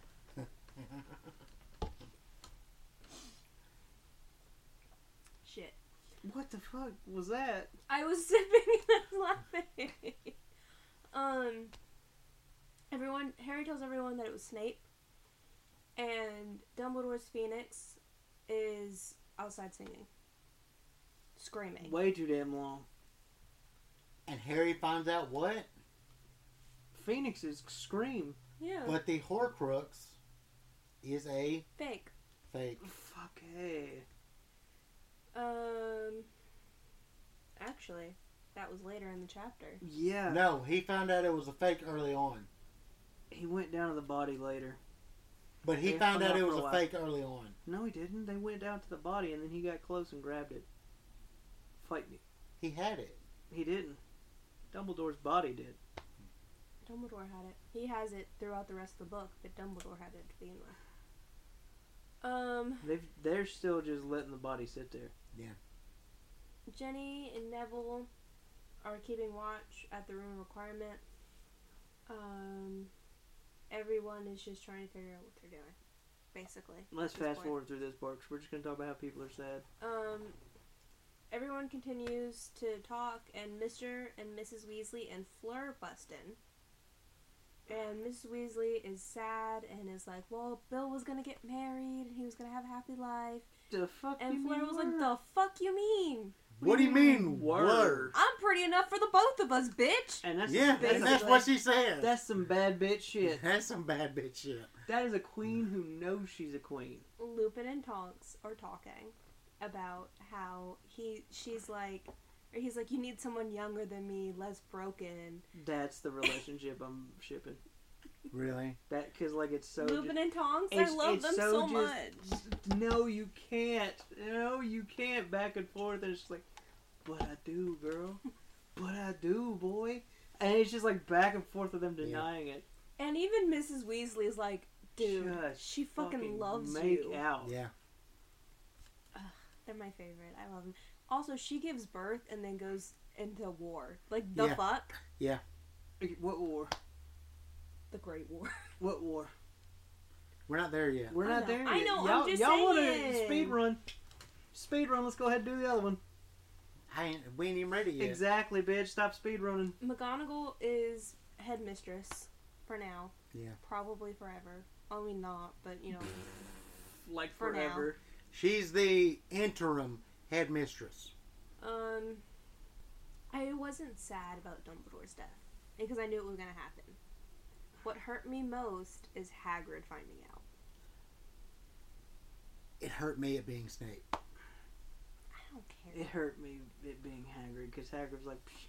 Speaker 3: Shit.
Speaker 1: What the fuck was that?
Speaker 3: I was <laughs> sipping and laughing. um, everyone, Harry tells everyone that it was Snape, and Dumbledore's Phoenix is outside singing, screaming.
Speaker 1: Way too damn long.
Speaker 2: And Harry finds out what?
Speaker 1: Phoenixes scream.
Speaker 3: Yeah,
Speaker 2: But the Horcrux is a
Speaker 3: fake.
Speaker 2: fake.
Speaker 1: Fuck hey.
Speaker 3: Um, actually, that was later in the chapter.
Speaker 1: Yeah.
Speaker 2: No, he found out it was a fake early on.
Speaker 1: He went down to the body later.
Speaker 2: But he
Speaker 1: They
Speaker 2: found
Speaker 1: hung
Speaker 2: out
Speaker 1: out
Speaker 2: it
Speaker 1: for
Speaker 2: was
Speaker 1: a
Speaker 2: a
Speaker 1: while.
Speaker 2: fake early on.
Speaker 1: No, he didn't. They went down to the body and then he got close and grabbed it. Fight me.
Speaker 2: He had it.
Speaker 1: He didn't. Dumbledore's body did.
Speaker 3: Dumbledore had it. He has it throughout the rest of the book, but Dumbledore had it to begin with. Um.
Speaker 1: They've, they're still just letting the body sit there.
Speaker 3: Jenny and Neville are keeping watch at the room requirement. Um, everyone is just trying to figure out what they're doing, basically.
Speaker 1: Let's
Speaker 3: at this
Speaker 1: fast
Speaker 3: point.
Speaker 1: forward through this part 'cause we're just going to talk about how people are sad.
Speaker 3: Um, everyone continues to talk, and Mr. and Mrs. Weasley and Fleur bust in. And Mrs. Weasley is sad and is like, "Well, Bill was gonna get married and he was gonna have a happy life."
Speaker 1: The fuck
Speaker 3: And
Speaker 1: you
Speaker 3: Fleur
Speaker 1: mean
Speaker 3: was like,
Speaker 1: word?
Speaker 3: "The fuck you mean?
Speaker 2: What do you mean,
Speaker 1: Word.
Speaker 2: word?
Speaker 3: I'm pretty enough for the both of us, bitch."
Speaker 1: And that's
Speaker 2: Yeah,
Speaker 1: that's,
Speaker 2: and that's what she
Speaker 1: <laughs>
Speaker 2: said.
Speaker 1: that's some bad bitch shit.
Speaker 2: <laughs> That's some bad bitch shit.
Speaker 1: That is a queen who knows she's a queen.
Speaker 3: Lupin and Tonks are talking about how he she's like or he's like, You need someone younger than me, less broken.
Speaker 1: That's the relationship I'm shipping.
Speaker 2: Really?
Speaker 1: That because like it's so.
Speaker 3: Lupin and Tonks, I
Speaker 1: It's-
Speaker 3: love
Speaker 1: it's
Speaker 3: them so,
Speaker 1: so just-
Speaker 3: much.
Speaker 1: just, no, you can't. No, you can't. Back and forth, and it's just like, but I do, girl. But I do, boy. And it's just like back and forth of them
Speaker 2: Yeah.
Speaker 1: denying it.
Speaker 3: And even Mrs. Weasley is like, dude,
Speaker 1: Just
Speaker 3: she fucking, loves
Speaker 1: make
Speaker 3: you.
Speaker 1: out.
Speaker 2: Yeah.
Speaker 3: They're my favorite. I love them. Also, she gives birth and then goes into war. Like the
Speaker 2: Yeah.
Speaker 3: fuck?
Speaker 1: Okay, What war?
Speaker 3: The Great War. <laughs>
Speaker 1: What war?
Speaker 2: We're not there yet.
Speaker 1: We're
Speaker 3: I
Speaker 1: not
Speaker 3: know.
Speaker 1: there.
Speaker 3: I
Speaker 1: yet.
Speaker 3: know, I'm
Speaker 1: Y'all,
Speaker 3: just
Speaker 1: y'all want
Speaker 3: saying.
Speaker 1: to speed run? Speed run. Let's go ahead and do the other one.
Speaker 2: I ain't, we ain't even ready yet.
Speaker 1: Exactly, bitch. Stop speed running.
Speaker 3: McGonagall is headmistress for now.
Speaker 2: Yeah.
Speaker 3: Probably forever. I mean, not, but you know.
Speaker 1: Like
Speaker 3: For now.
Speaker 1: forever.
Speaker 2: She's the interim headmistress.
Speaker 3: Um, I wasn't sad about Dumbledore's death because I knew it was gonna happen. What hurt me most is Hagrid finding out.
Speaker 2: It hurt me at being Snape.
Speaker 3: I don't care.
Speaker 1: It hurt me it being Hagrid because Hagrid's like, "Psh,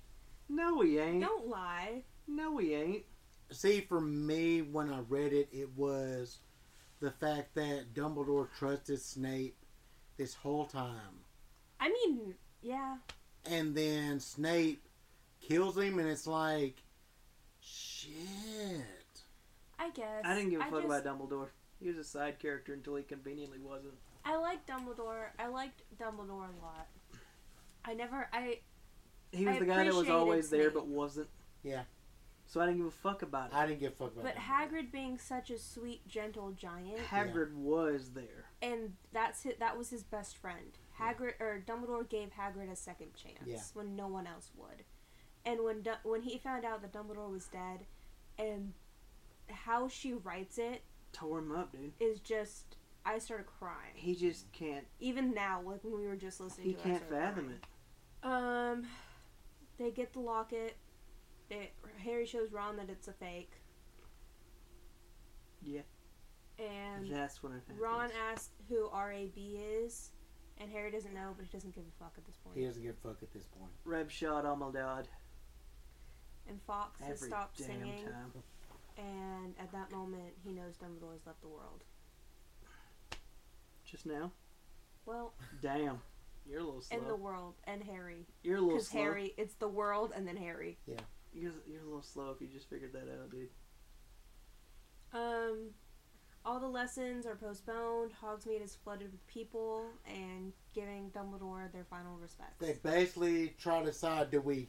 Speaker 1: no, he ain't.
Speaker 3: Don't lie.
Speaker 1: No, he ain't.
Speaker 2: See, for me, when I read it, it was the fact that Dumbledore trusted Snape this whole time.
Speaker 3: I mean, yeah.
Speaker 2: And then Snape kills him, and it's like, shit.
Speaker 3: I guess.
Speaker 1: I didn't give a fuck
Speaker 3: just,
Speaker 1: about Dumbledore. He was a side character until he conveniently wasn't.
Speaker 3: I like Dumbledore. I liked Dumbledore a lot. I never. I
Speaker 1: He was
Speaker 3: I
Speaker 1: the guy that was
Speaker 3: appreciated
Speaker 1: always there
Speaker 3: Snape.
Speaker 1: but wasn't.
Speaker 2: Yeah.
Speaker 1: So I didn't give a fuck about it.
Speaker 2: I didn't give a fuck about
Speaker 3: but
Speaker 2: Dumbledore.
Speaker 3: Hagrid being such a sweet, gentle giant,
Speaker 1: Hagrid was there.
Speaker 3: and that's it. That was his best friend. Hagrid or Dumbledore gave Hagrid a second chance
Speaker 2: Yeah.
Speaker 3: when no one else would. And when Du- when he found out that Dumbledore was dead, and how she writes it
Speaker 1: Tore him up, dude.
Speaker 3: is just I started crying.
Speaker 1: He just can't.
Speaker 3: Even now, like when we were just listening,
Speaker 1: He
Speaker 3: to
Speaker 1: can't fathom it.
Speaker 3: it. Um, they get the locket. They, Harry shows Ron that it's a fake,
Speaker 1: Yeah,
Speaker 3: and
Speaker 1: that's when it happens.
Speaker 3: Ron asks who RAB is, and Harry doesn't know, but he doesn't give a fuck at this point.
Speaker 2: He doesn't give a fuck at this point.
Speaker 1: Reb shot Amaldad
Speaker 3: And Fox has
Speaker 1: every
Speaker 3: stopped
Speaker 1: damn
Speaker 3: singing,
Speaker 1: time.
Speaker 3: and at that moment, he knows Dumbledore's left the world.
Speaker 1: Just now?
Speaker 3: Well,
Speaker 1: Damn. You're a little slow.
Speaker 3: and the world, and Harry.
Speaker 1: You're a little
Speaker 3: Because
Speaker 1: slow.
Speaker 3: Harry, it's the world, and then Harry.
Speaker 1: You're, you're a little slow if you just figured that out, dude.
Speaker 3: Um, all the lessons are postponed. Hogsmeade is flooded with people, and giving Dumbledore their final respects.
Speaker 2: They basically try to decide do we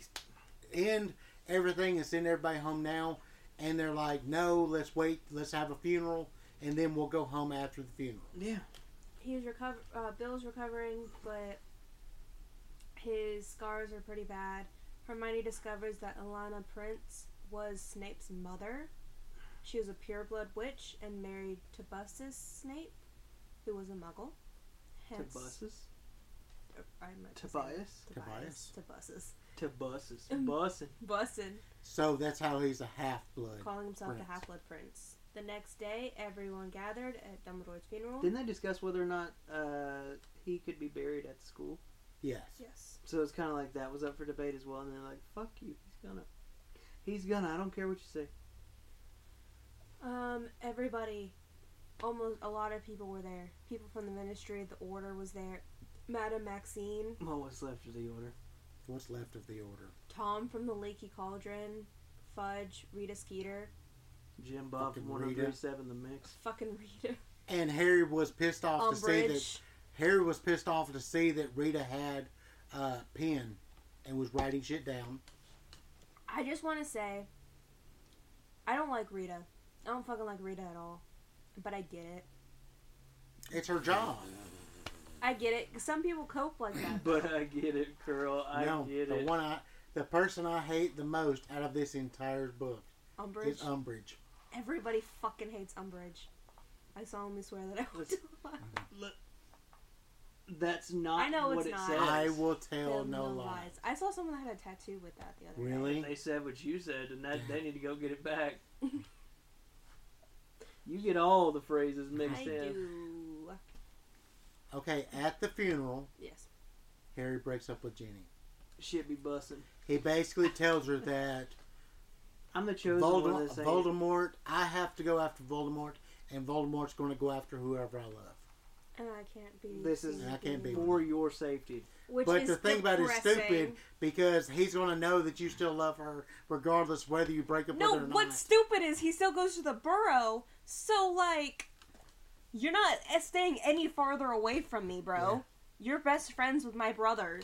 Speaker 2: end everything and send everybody home now? And they're like, no, let's wait, let's have a funeral, and then we'll go home after the funeral.
Speaker 1: Yeah.
Speaker 3: He's recover. Uh, Bill's recovering, but his scars are pretty bad. Hermione discovers that Alana Prince was Snape's mother. She was a pureblood witch and married to Bussus Snape, who was a Muggle.
Speaker 1: To
Speaker 3: Hence, uh,
Speaker 1: buses?
Speaker 3: I meant to say-
Speaker 1: Tobias?
Speaker 2: Tobias.
Speaker 3: Tobias.
Speaker 1: To buses.
Speaker 3: Um,
Speaker 1: Bussing.
Speaker 3: Bussin.
Speaker 2: So that's how he's a half blood.
Speaker 3: calling himself
Speaker 2: Prince.
Speaker 3: the Half Blood Prince. The next day, everyone gathered at Dumbledore's funeral.
Speaker 1: Didn't they discuss whether or not uh, he could be buried at the school?
Speaker 2: Yes.
Speaker 3: yes.
Speaker 1: So it's kind of like that was up for debate as well. And they're like, fuck you. He's gonna. He's gonna. I don't care what you say.
Speaker 3: Um, everybody, almost a lot of people were there. People from the ministry, the order was there. Madame Maxine,
Speaker 1: Well, what's left of the order?
Speaker 2: What's left of the order?
Speaker 3: Tom from the Leaky Cauldron, Fudge, Rita Skeeter,
Speaker 1: Jim Bob
Speaker 2: Fucking
Speaker 1: from
Speaker 2: Rita.
Speaker 1: 1037 The Mix.
Speaker 3: fucking <laughs> Rita
Speaker 2: And Harry was pissed off to see that
Speaker 3: Umbridge.
Speaker 2: Harry was pissed off to see that Rita had uh, pen and was writing shit down.
Speaker 3: I just want to say, I don't like Rita. I don't fucking like Rita at all. But I get it.
Speaker 2: It's her job.
Speaker 3: I get it. Some people cope
Speaker 2: <coughs>
Speaker 3: like that.
Speaker 1: But I get it, girl. I
Speaker 2: no,
Speaker 1: get
Speaker 2: the
Speaker 1: it.
Speaker 2: one I, the person I hate the most out of this entire book
Speaker 3: Umbridge.
Speaker 2: is Umbridge.
Speaker 3: Everybody fucking hates Umbridge. I solemnly swear that I would.
Speaker 1: Listen. That's not
Speaker 3: I know
Speaker 1: what
Speaker 3: it's
Speaker 1: it
Speaker 3: not.
Speaker 1: says.
Speaker 2: I will tell
Speaker 3: Build
Speaker 2: no
Speaker 3: no
Speaker 2: lies.
Speaker 3: I saw someone that had a tattoo with that the other day.
Speaker 2: Really?
Speaker 1: They said what you said, and that, they need to go get it
Speaker 3: <laughs>
Speaker 1: back. you get all the phrases mixed
Speaker 3: I
Speaker 1: in.
Speaker 3: do.
Speaker 2: Okay, at the funeral,
Speaker 3: Yes.
Speaker 2: Harry breaks up with Jenny.
Speaker 1: Shit be busting.
Speaker 2: He basically tells her that
Speaker 1: I'm the chosen one.
Speaker 2: Voldemort,
Speaker 1: That's
Speaker 2: Voldemort, I have to go after Voldemort, and Voldemort's going to go after whoever I love.
Speaker 3: And I can't be.
Speaker 1: This is-
Speaker 2: I can't be.
Speaker 1: for your safety.
Speaker 3: Which
Speaker 2: but
Speaker 3: is
Speaker 2: the thing about it is stupid
Speaker 3: depressing.
Speaker 2: because he's going to know that you still love her regardless whether you break up
Speaker 3: No,
Speaker 2: with her or
Speaker 3: what's stupid is he still goes to the burrow, so like, you're eh, not staying any farther away from me, bro. You're best friends with my brother.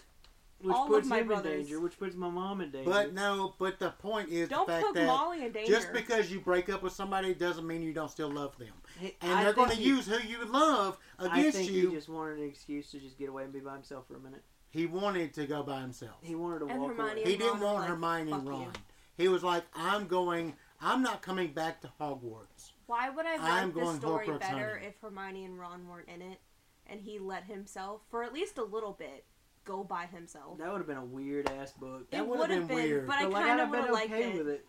Speaker 1: which
Speaker 3: all
Speaker 1: puts
Speaker 3: of my
Speaker 1: him
Speaker 3: brothers.
Speaker 1: in danger, which puts my mom in danger.
Speaker 2: But no, but the point is
Speaker 3: Don't
Speaker 2: the fact
Speaker 3: put
Speaker 2: that
Speaker 3: Molly in danger.
Speaker 2: just because you break up with somebody doesn't mean you don't still love them.
Speaker 1: Hey,
Speaker 2: And
Speaker 1: I
Speaker 2: they're going to
Speaker 1: think he-
Speaker 2: use who you love
Speaker 1: I
Speaker 2: against
Speaker 1: think
Speaker 2: you.
Speaker 1: he just wanted an excuse to just get away and be by himself for a minute.
Speaker 2: He wanted to go by himself.
Speaker 1: He wanted to
Speaker 3: And
Speaker 1: walk
Speaker 3: Hermione
Speaker 1: away.
Speaker 2: He didn't
Speaker 3: Ron
Speaker 2: want
Speaker 3: like,
Speaker 2: Hermione
Speaker 3: "Fuck
Speaker 2: and
Speaker 3: you."
Speaker 2: Ron. He was like, I'm going, I'm not coming back to Hogwarts.
Speaker 3: Why would I
Speaker 2: I'm
Speaker 3: like the
Speaker 2: going
Speaker 3: story
Speaker 2: Horcrux
Speaker 3: better
Speaker 2: hunting.
Speaker 3: if Hermione and Ron weren't in it, and he let himself, for at least a little bit, go by himself?
Speaker 1: That would have been a weird ass book.
Speaker 2: That
Speaker 3: it
Speaker 2: would've
Speaker 3: would have
Speaker 2: been
Speaker 3: been,
Speaker 2: weird.
Speaker 3: but I
Speaker 1: But, like,
Speaker 3: kind
Speaker 1: I'd
Speaker 3: of
Speaker 1: have
Speaker 3: would
Speaker 1: been
Speaker 3: have liked
Speaker 1: okay
Speaker 3: it.
Speaker 1: with it.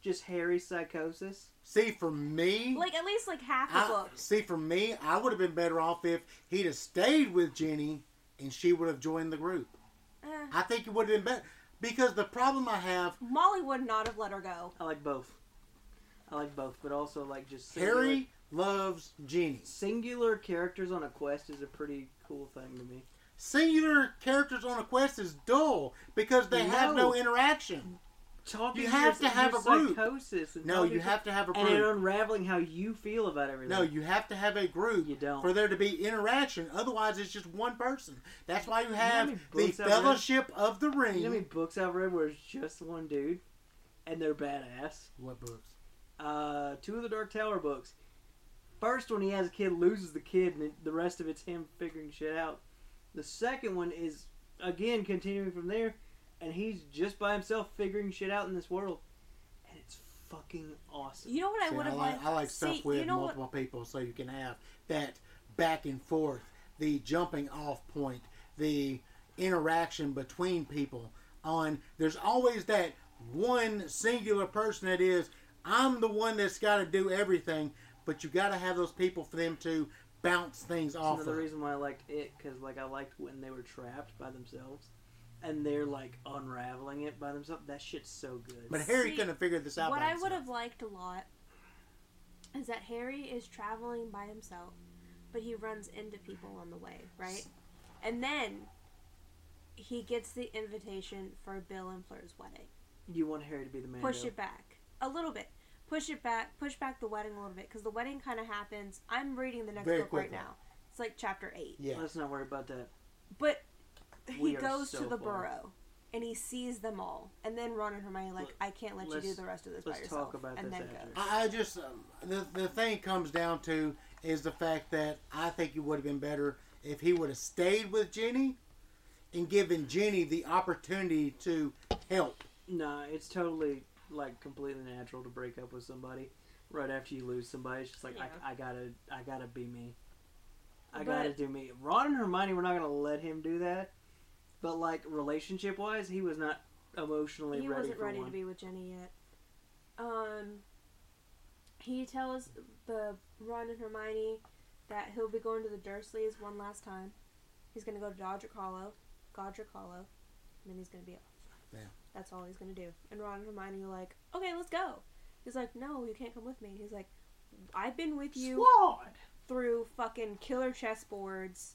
Speaker 1: Just Harry's psychosis.
Speaker 2: See, for me,
Speaker 3: Like at least like half a
Speaker 2: I,
Speaker 3: book.
Speaker 2: see, for me, I would have been better off if he'd have stayed with Jenny and she would have joined the group.
Speaker 3: Eh.
Speaker 2: I think it would have been better because the problem I have,
Speaker 3: Molly would not have let her go.
Speaker 1: I like both. I like both, but also like just singular,
Speaker 2: Harry loves Jenny.
Speaker 1: Singular characters on a quest is a pretty cool thing to me.
Speaker 2: Singular characters on a quest is dull because they have no
Speaker 1: No.
Speaker 2: interaction.
Speaker 1: Talking
Speaker 2: You
Speaker 1: to
Speaker 2: have
Speaker 1: your-
Speaker 2: to have
Speaker 1: your
Speaker 2: a group.
Speaker 1: psychosis. And
Speaker 2: No,
Speaker 1: talking
Speaker 2: you
Speaker 1: to-
Speaker 2: have to have a
Speaker 1: and then
Speaker 2: group.
Speaker 1: unraveling how you feel about everything.
Speaker 2: No, you have to have a group
Speaker 1: You don't.
Speaker 2: for there to be interaction. Otherwise, it's just one person. That's why you have
Speaker 1: many
Speaker 2: the
Speaker 1: books I've read?
Speaker 2: Fellowship of the Ring.
Speaker 1: You know how many books I've read where it's just one dude, and they're badass.
Speaker 2: what books?
Speaker 1: Uh, two of the Dark Tower books. First one, he has a kid, loses the kid, and the rest of it's him figuring shit out. The second one is again continuing from there, and he's just by himself figuring shit out in this world, and it's fucking awesome.
Speaker 3: You know what I
Speaker 2: See,
Speaker 3: would
Speaker 2: I
Speaker 3: have
Speaker 2: like,
Speaker 3: liked?
Speaker 2: I like
Speaker 3: See,
Speaker 2: stuff with
Speaker 3: you know what-
Speaker 2: multiple people, so you can have that back and forth, the jumping off point, the interaction between people. On there's always that one singular person that is, I'm the one that's got to do everything, but you got to have those people for them to bounce things
Speaker 1: That's
Speaker 2: off.
Speaker 1: another
Speaker 2: Of.
Speaker 1: reason why I liked it, because like I liked when they were trapped by themselves, and they're like unraveling it by themselves. That shit's so good.
Speaker 2: But Harry
Speaker 3: See,
Speaker 2: couldn't figure this out.
Speaker 3: What
Speaker 2: by
Speaker 3: I would
Speaker 2: himself.
Speaker 3: have liked a lot is that Harry is traveling by himself, but he runs into people on the way, right? And then he gets the invitation for Bill and Fleur's wedding.
Speaker 1: you want Harry to be the man.
Speaker 3: Push it back a little bit. Push it back. Push back the wedding a little bit because the wedding kind of happens. I'm reading the next
Speaker 2: Very
Speaker 3: book
Speaker 2: quickly.
Speaker 3: right now. It's like chapter eight.
Speaker 2: Yeah.
Speaker 1: Let's not worry about that.
Speaker 3: But
Speaker 1: We
Speaker 3: he
Speaker 1: are
Speaker 3: goes
Speaker 1: so
Speaker 3: to the
Speaker 1: far.
Speaker 3: burrow and he sees them all. And then Ron and Hermione are like,
Speaker 1: Look,
Speaker 3: I can't let you do
Speaker 1: let's-
Speaker 3: the rest of this by
Speaker 1: let's
Speaker 3: yourself.
Speaker 1: talk about
Speaker 3: and
Speaker 1: this
Speaker 3: then
Speaker 1: after.
Speaker 3: goes.
Speaker 2: I I just um, the the thing comes down to is the fact that I think it would have been better if he would have stayed with Jenny and given Jenny the opportunity to help.
Speaker 1: Nah, it's totally like completely natural to break up with somebody right after you lose somebody. It's just like
Speaker 3: Yeah.
Speaker 1: I, I gotta, I gotta be me. I
Speaker 3: But-
Speaker 1: gotta do me. Ron and Hermione were not gonna let him do that, but like relationship wise, he was not emotionally
Speaker 3: He
Speaker 1: ready
Speaker 3: wasn't
Speaker 1: for
Speaker 3: ready
Speaker 1: one.
Speaker 3: to be with Jenny yet. Um, he tells the Ron and Hermione that he'll be going to the Dursleys one last time. He's gonna go to Dodrick Hollow, Godric Hollow, and then he's gonna be off.
Speaker 2: Yeah.
Speaker 3: That's all he's gonna do. And Ron and Hermione are like, "Okay, let's go." He's like, "No, you can't come with me." He's like, "I've been with you."
Speaker 1: Flawed.
Speaker 3: through fucking killer chessboards,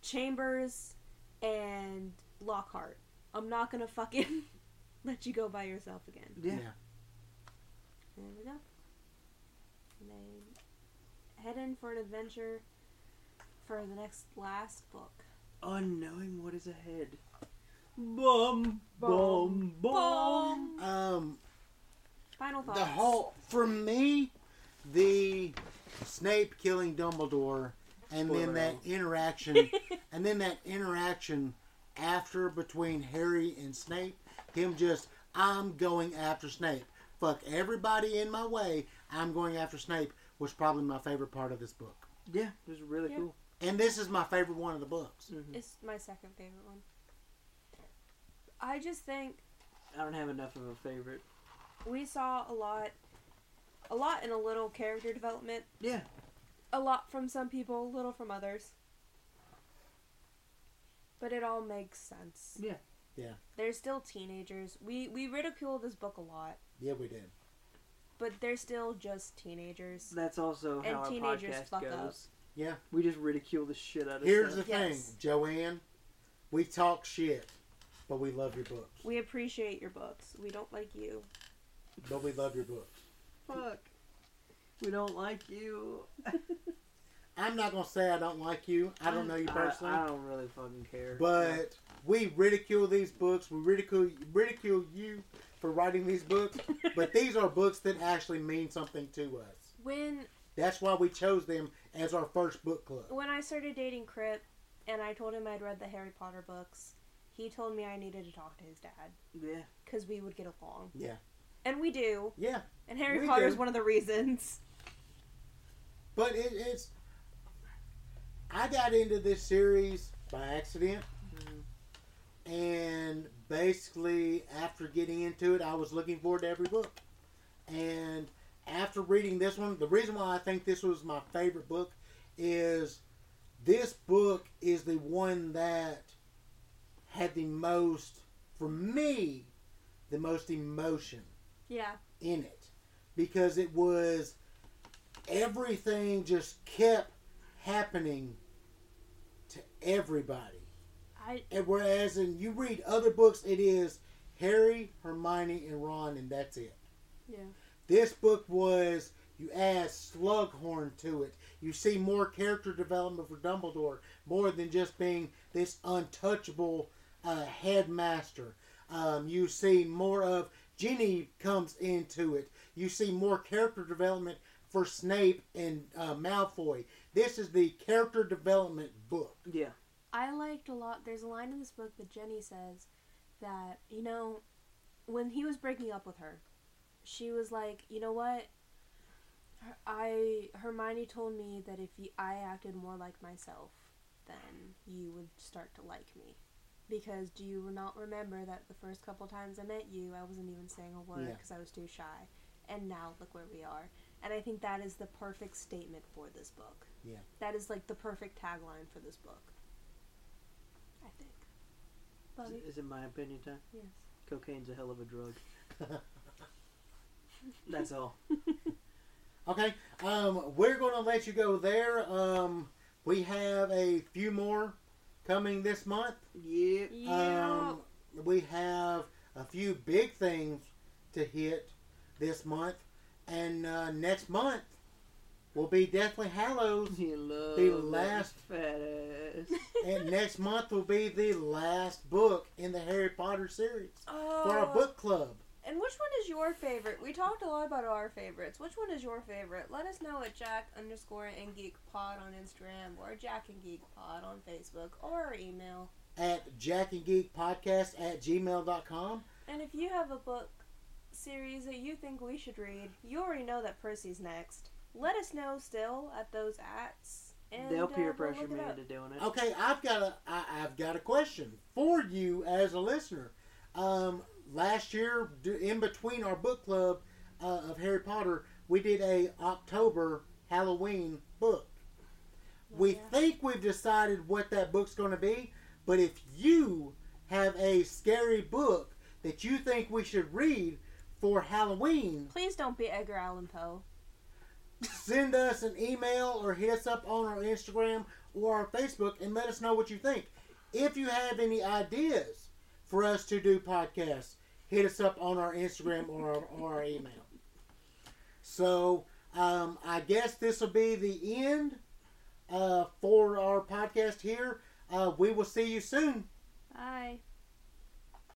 Speaker 3: Chambers, and Lockhart. I'm not gonna fucking <laughs> let you go by yourself again.
Speaker 1: Yeah.
Speaker 3: There we go. And they head in for an adventure for the next last book.
Speaker 1: unknowing what is ahead. Bum bum
Speaker 3: Bum,
Speaker 1: bum.
Speaker 3: Boom!
Speaker 2: Um,
Speaker 3: Final thoughts.
Speaker 2: the whole for me, the Snape killing Dumbledore, and
Speaker 1: Spoiler
Speaker 2: then that
Speaker 1: alert.
Speaker 2: interaction, and then that interaction after between Harry and Snape, him just I'm going after Snape. Fuck everybody in my way. I'm going after Snape was probably my favorite part of this book,
Speaker 1: Yeah, it was really
Speaker 3: Yeah.
Speaker 1: cool.
Speaker 2: and this is my favorite one of the books.
Speaker 1: Mhm.
Speaker 3: It's my second favorite one. I just think
Speaker 1: I don't have enough of a favorite.
Speaker 3: we saw a lot, a lot in a little character development.
Speaker 1: Yeah,
Speaker 3: a lot from some people, a little from others. But it all makes sense.
Speaker 1: yeah.
Speaker 3: They're still teenagers. We we ridicule this book a lot,
Speaker 2: Yeah, we did.
Speaker 3: but they're still just teenagers.
Speaker 1: That's also
Speaker 3: And
Speaker 1: how our
Speaker 3: teenagers
Speaker 1: podcast
Speaker 3: fuck
Speaker 1: goes.
Speaker 3: up.
Speaker 2: Yeah.
Speaker 1: We just ridicule the shit out of
Speaker 2: Here's the
Speaker 1: stuff.
Speaker 2: thing,
Speaker 3: Yes.
Speaker 2: Joanne. We talk shit, but we love your books.
Speaker 3: We appreciate your books. We don't like you.
Speaker 2: But we love your books.
Speaker 1: Fuck. We don't like you.
Speaker 2: I'm not gonna say I don't like you. I don't know you personally,
Speaker 1: I, I don't really fucking care.
Speaker 2: but we ridicule these books. We ridicule ridicule you for writing these books. but these are books that actually mean something to us.
Speaker 3: <laughs> When
Speaker 2: That's why we chose them as our first book club.
Speaker 3: when I started dating Crip, and I told him I'd read the Harry Potter books, he told me I needed to talk to his dad
Speaker 1: yeah,
Speaker 3: because we would get along.
Speaker 2: Yeah.
Speaker 3: and we do.
Speaker 2: Yeah,
Speaker 3: And Harry
Speaker 2: We
Speaker 3: Potter
Speaker 2: do.
Speaker 3: is one of the reasons. <laughs>
Speaker 2: but it, it's. I got into this series by accident, and basically after getting into it, I was looking forward to every book, and after reading this one, the reason why I think this was my favorite book is this book is the one that had the most, for me, the most emotion
Speaker 3: Yeah,
Speaker 2: in it because it was everything just kept happening to everybody.
Speaker 3: I
Speaker 2: And whereas in you read other books, it is Harry, Hermione, and Ron, and that's it.
Speaker 3: yeah.
Speaker 2: This book was you add Slughorn to it. You see more character development for Dumbledore, more than just being this untouchable uh, headmaster. Um, you see more of Ginny comes into it. You see more character development for Snape and uh, Malfoy. This is the character development book.
Speaker 1: yeah.
Speaker 3: I liked a lot. There's a line in this book that Jenny says that, you know, when he was breaking up with her, she was like, you know what? Her- I Hermione told me that if you, I acted more like myself, then you would start to like me. Because do you not remember that the first couple times I met you, I wasn't even saying a word
Speaker 2: Yeah.
Speaker 3: because I was too shy, and now look where we are. And I think that is the perfect statement for this book.
Speaker 2: Yeah.
Speaker 3: That is like the perfect tagline for this book. I think. Bobby?
Speaker 1: Is, is it my opinion time? <laughs>
Speaker 3: <laughs> Yes.
Speaker 1: Cocaine's a hell of a
Speaker 2: <laughs>
Speaker 1: drug. That's all.
Speaker 2: Okay, um, we're going to let you go there. Um, we have a few more coming this month.
Speaker 1: Yeah.
Speaker 2: Um, we have a few big things to hit this month, and uh, next month will be Deathly Hallows,
Speaker 1: He loves
Speaker 2: The last-
Speaker 1: fat ass.
Speaker 2: and next month will be the last book in the Harry Potter series
Speaker 3: oh.
Speaker 2: for our book club.
Speaker 3: And which one is your favorite? We talked a lot about our favorites. Which one is your favorite? Let us know at Jack underscore and Geek Pod on Instagram or Jack and Geek Pod on Facebook or our email.
Speaker 2: At Jack and Geek Podcast at gmail.com.
Speaker 3: And if you have a book series that you think we should read, you already know that Percy's next. Let us know still at those ats. And,
Speaker 1: They'll
Speaker 3: uh,
Speaker 1: peer
Speaker 3: we'll
Speaker 1: pressure
Speaker 3: look it
Speaker 1: me
Speaker 3: up.
Speaker 1: into doing it.
Speaker 2: Okay, I've got a I, I've got a question for you as a listener. Um, last year, d- in between our book club uh, of Harry Potter, we did a October Halloween book. We
Speaker 3: Yeah.
Speaker 2: think we've decided what that book's going to be, but if you have a scary book that you think we should read for Halloween,
Speaker 3: Please don't be Edgar Allan Poe.
Speaker 2: send us an email or hit us up on our Instagram or our Facebook and let us know what you think. If you have any ideas for us to do podcasts, hit us up on our Instagram or our, or our email. So um, I guess this will be the end uh, for our podcast here. Uh, we will see you soon.
Speaker 3: Bye.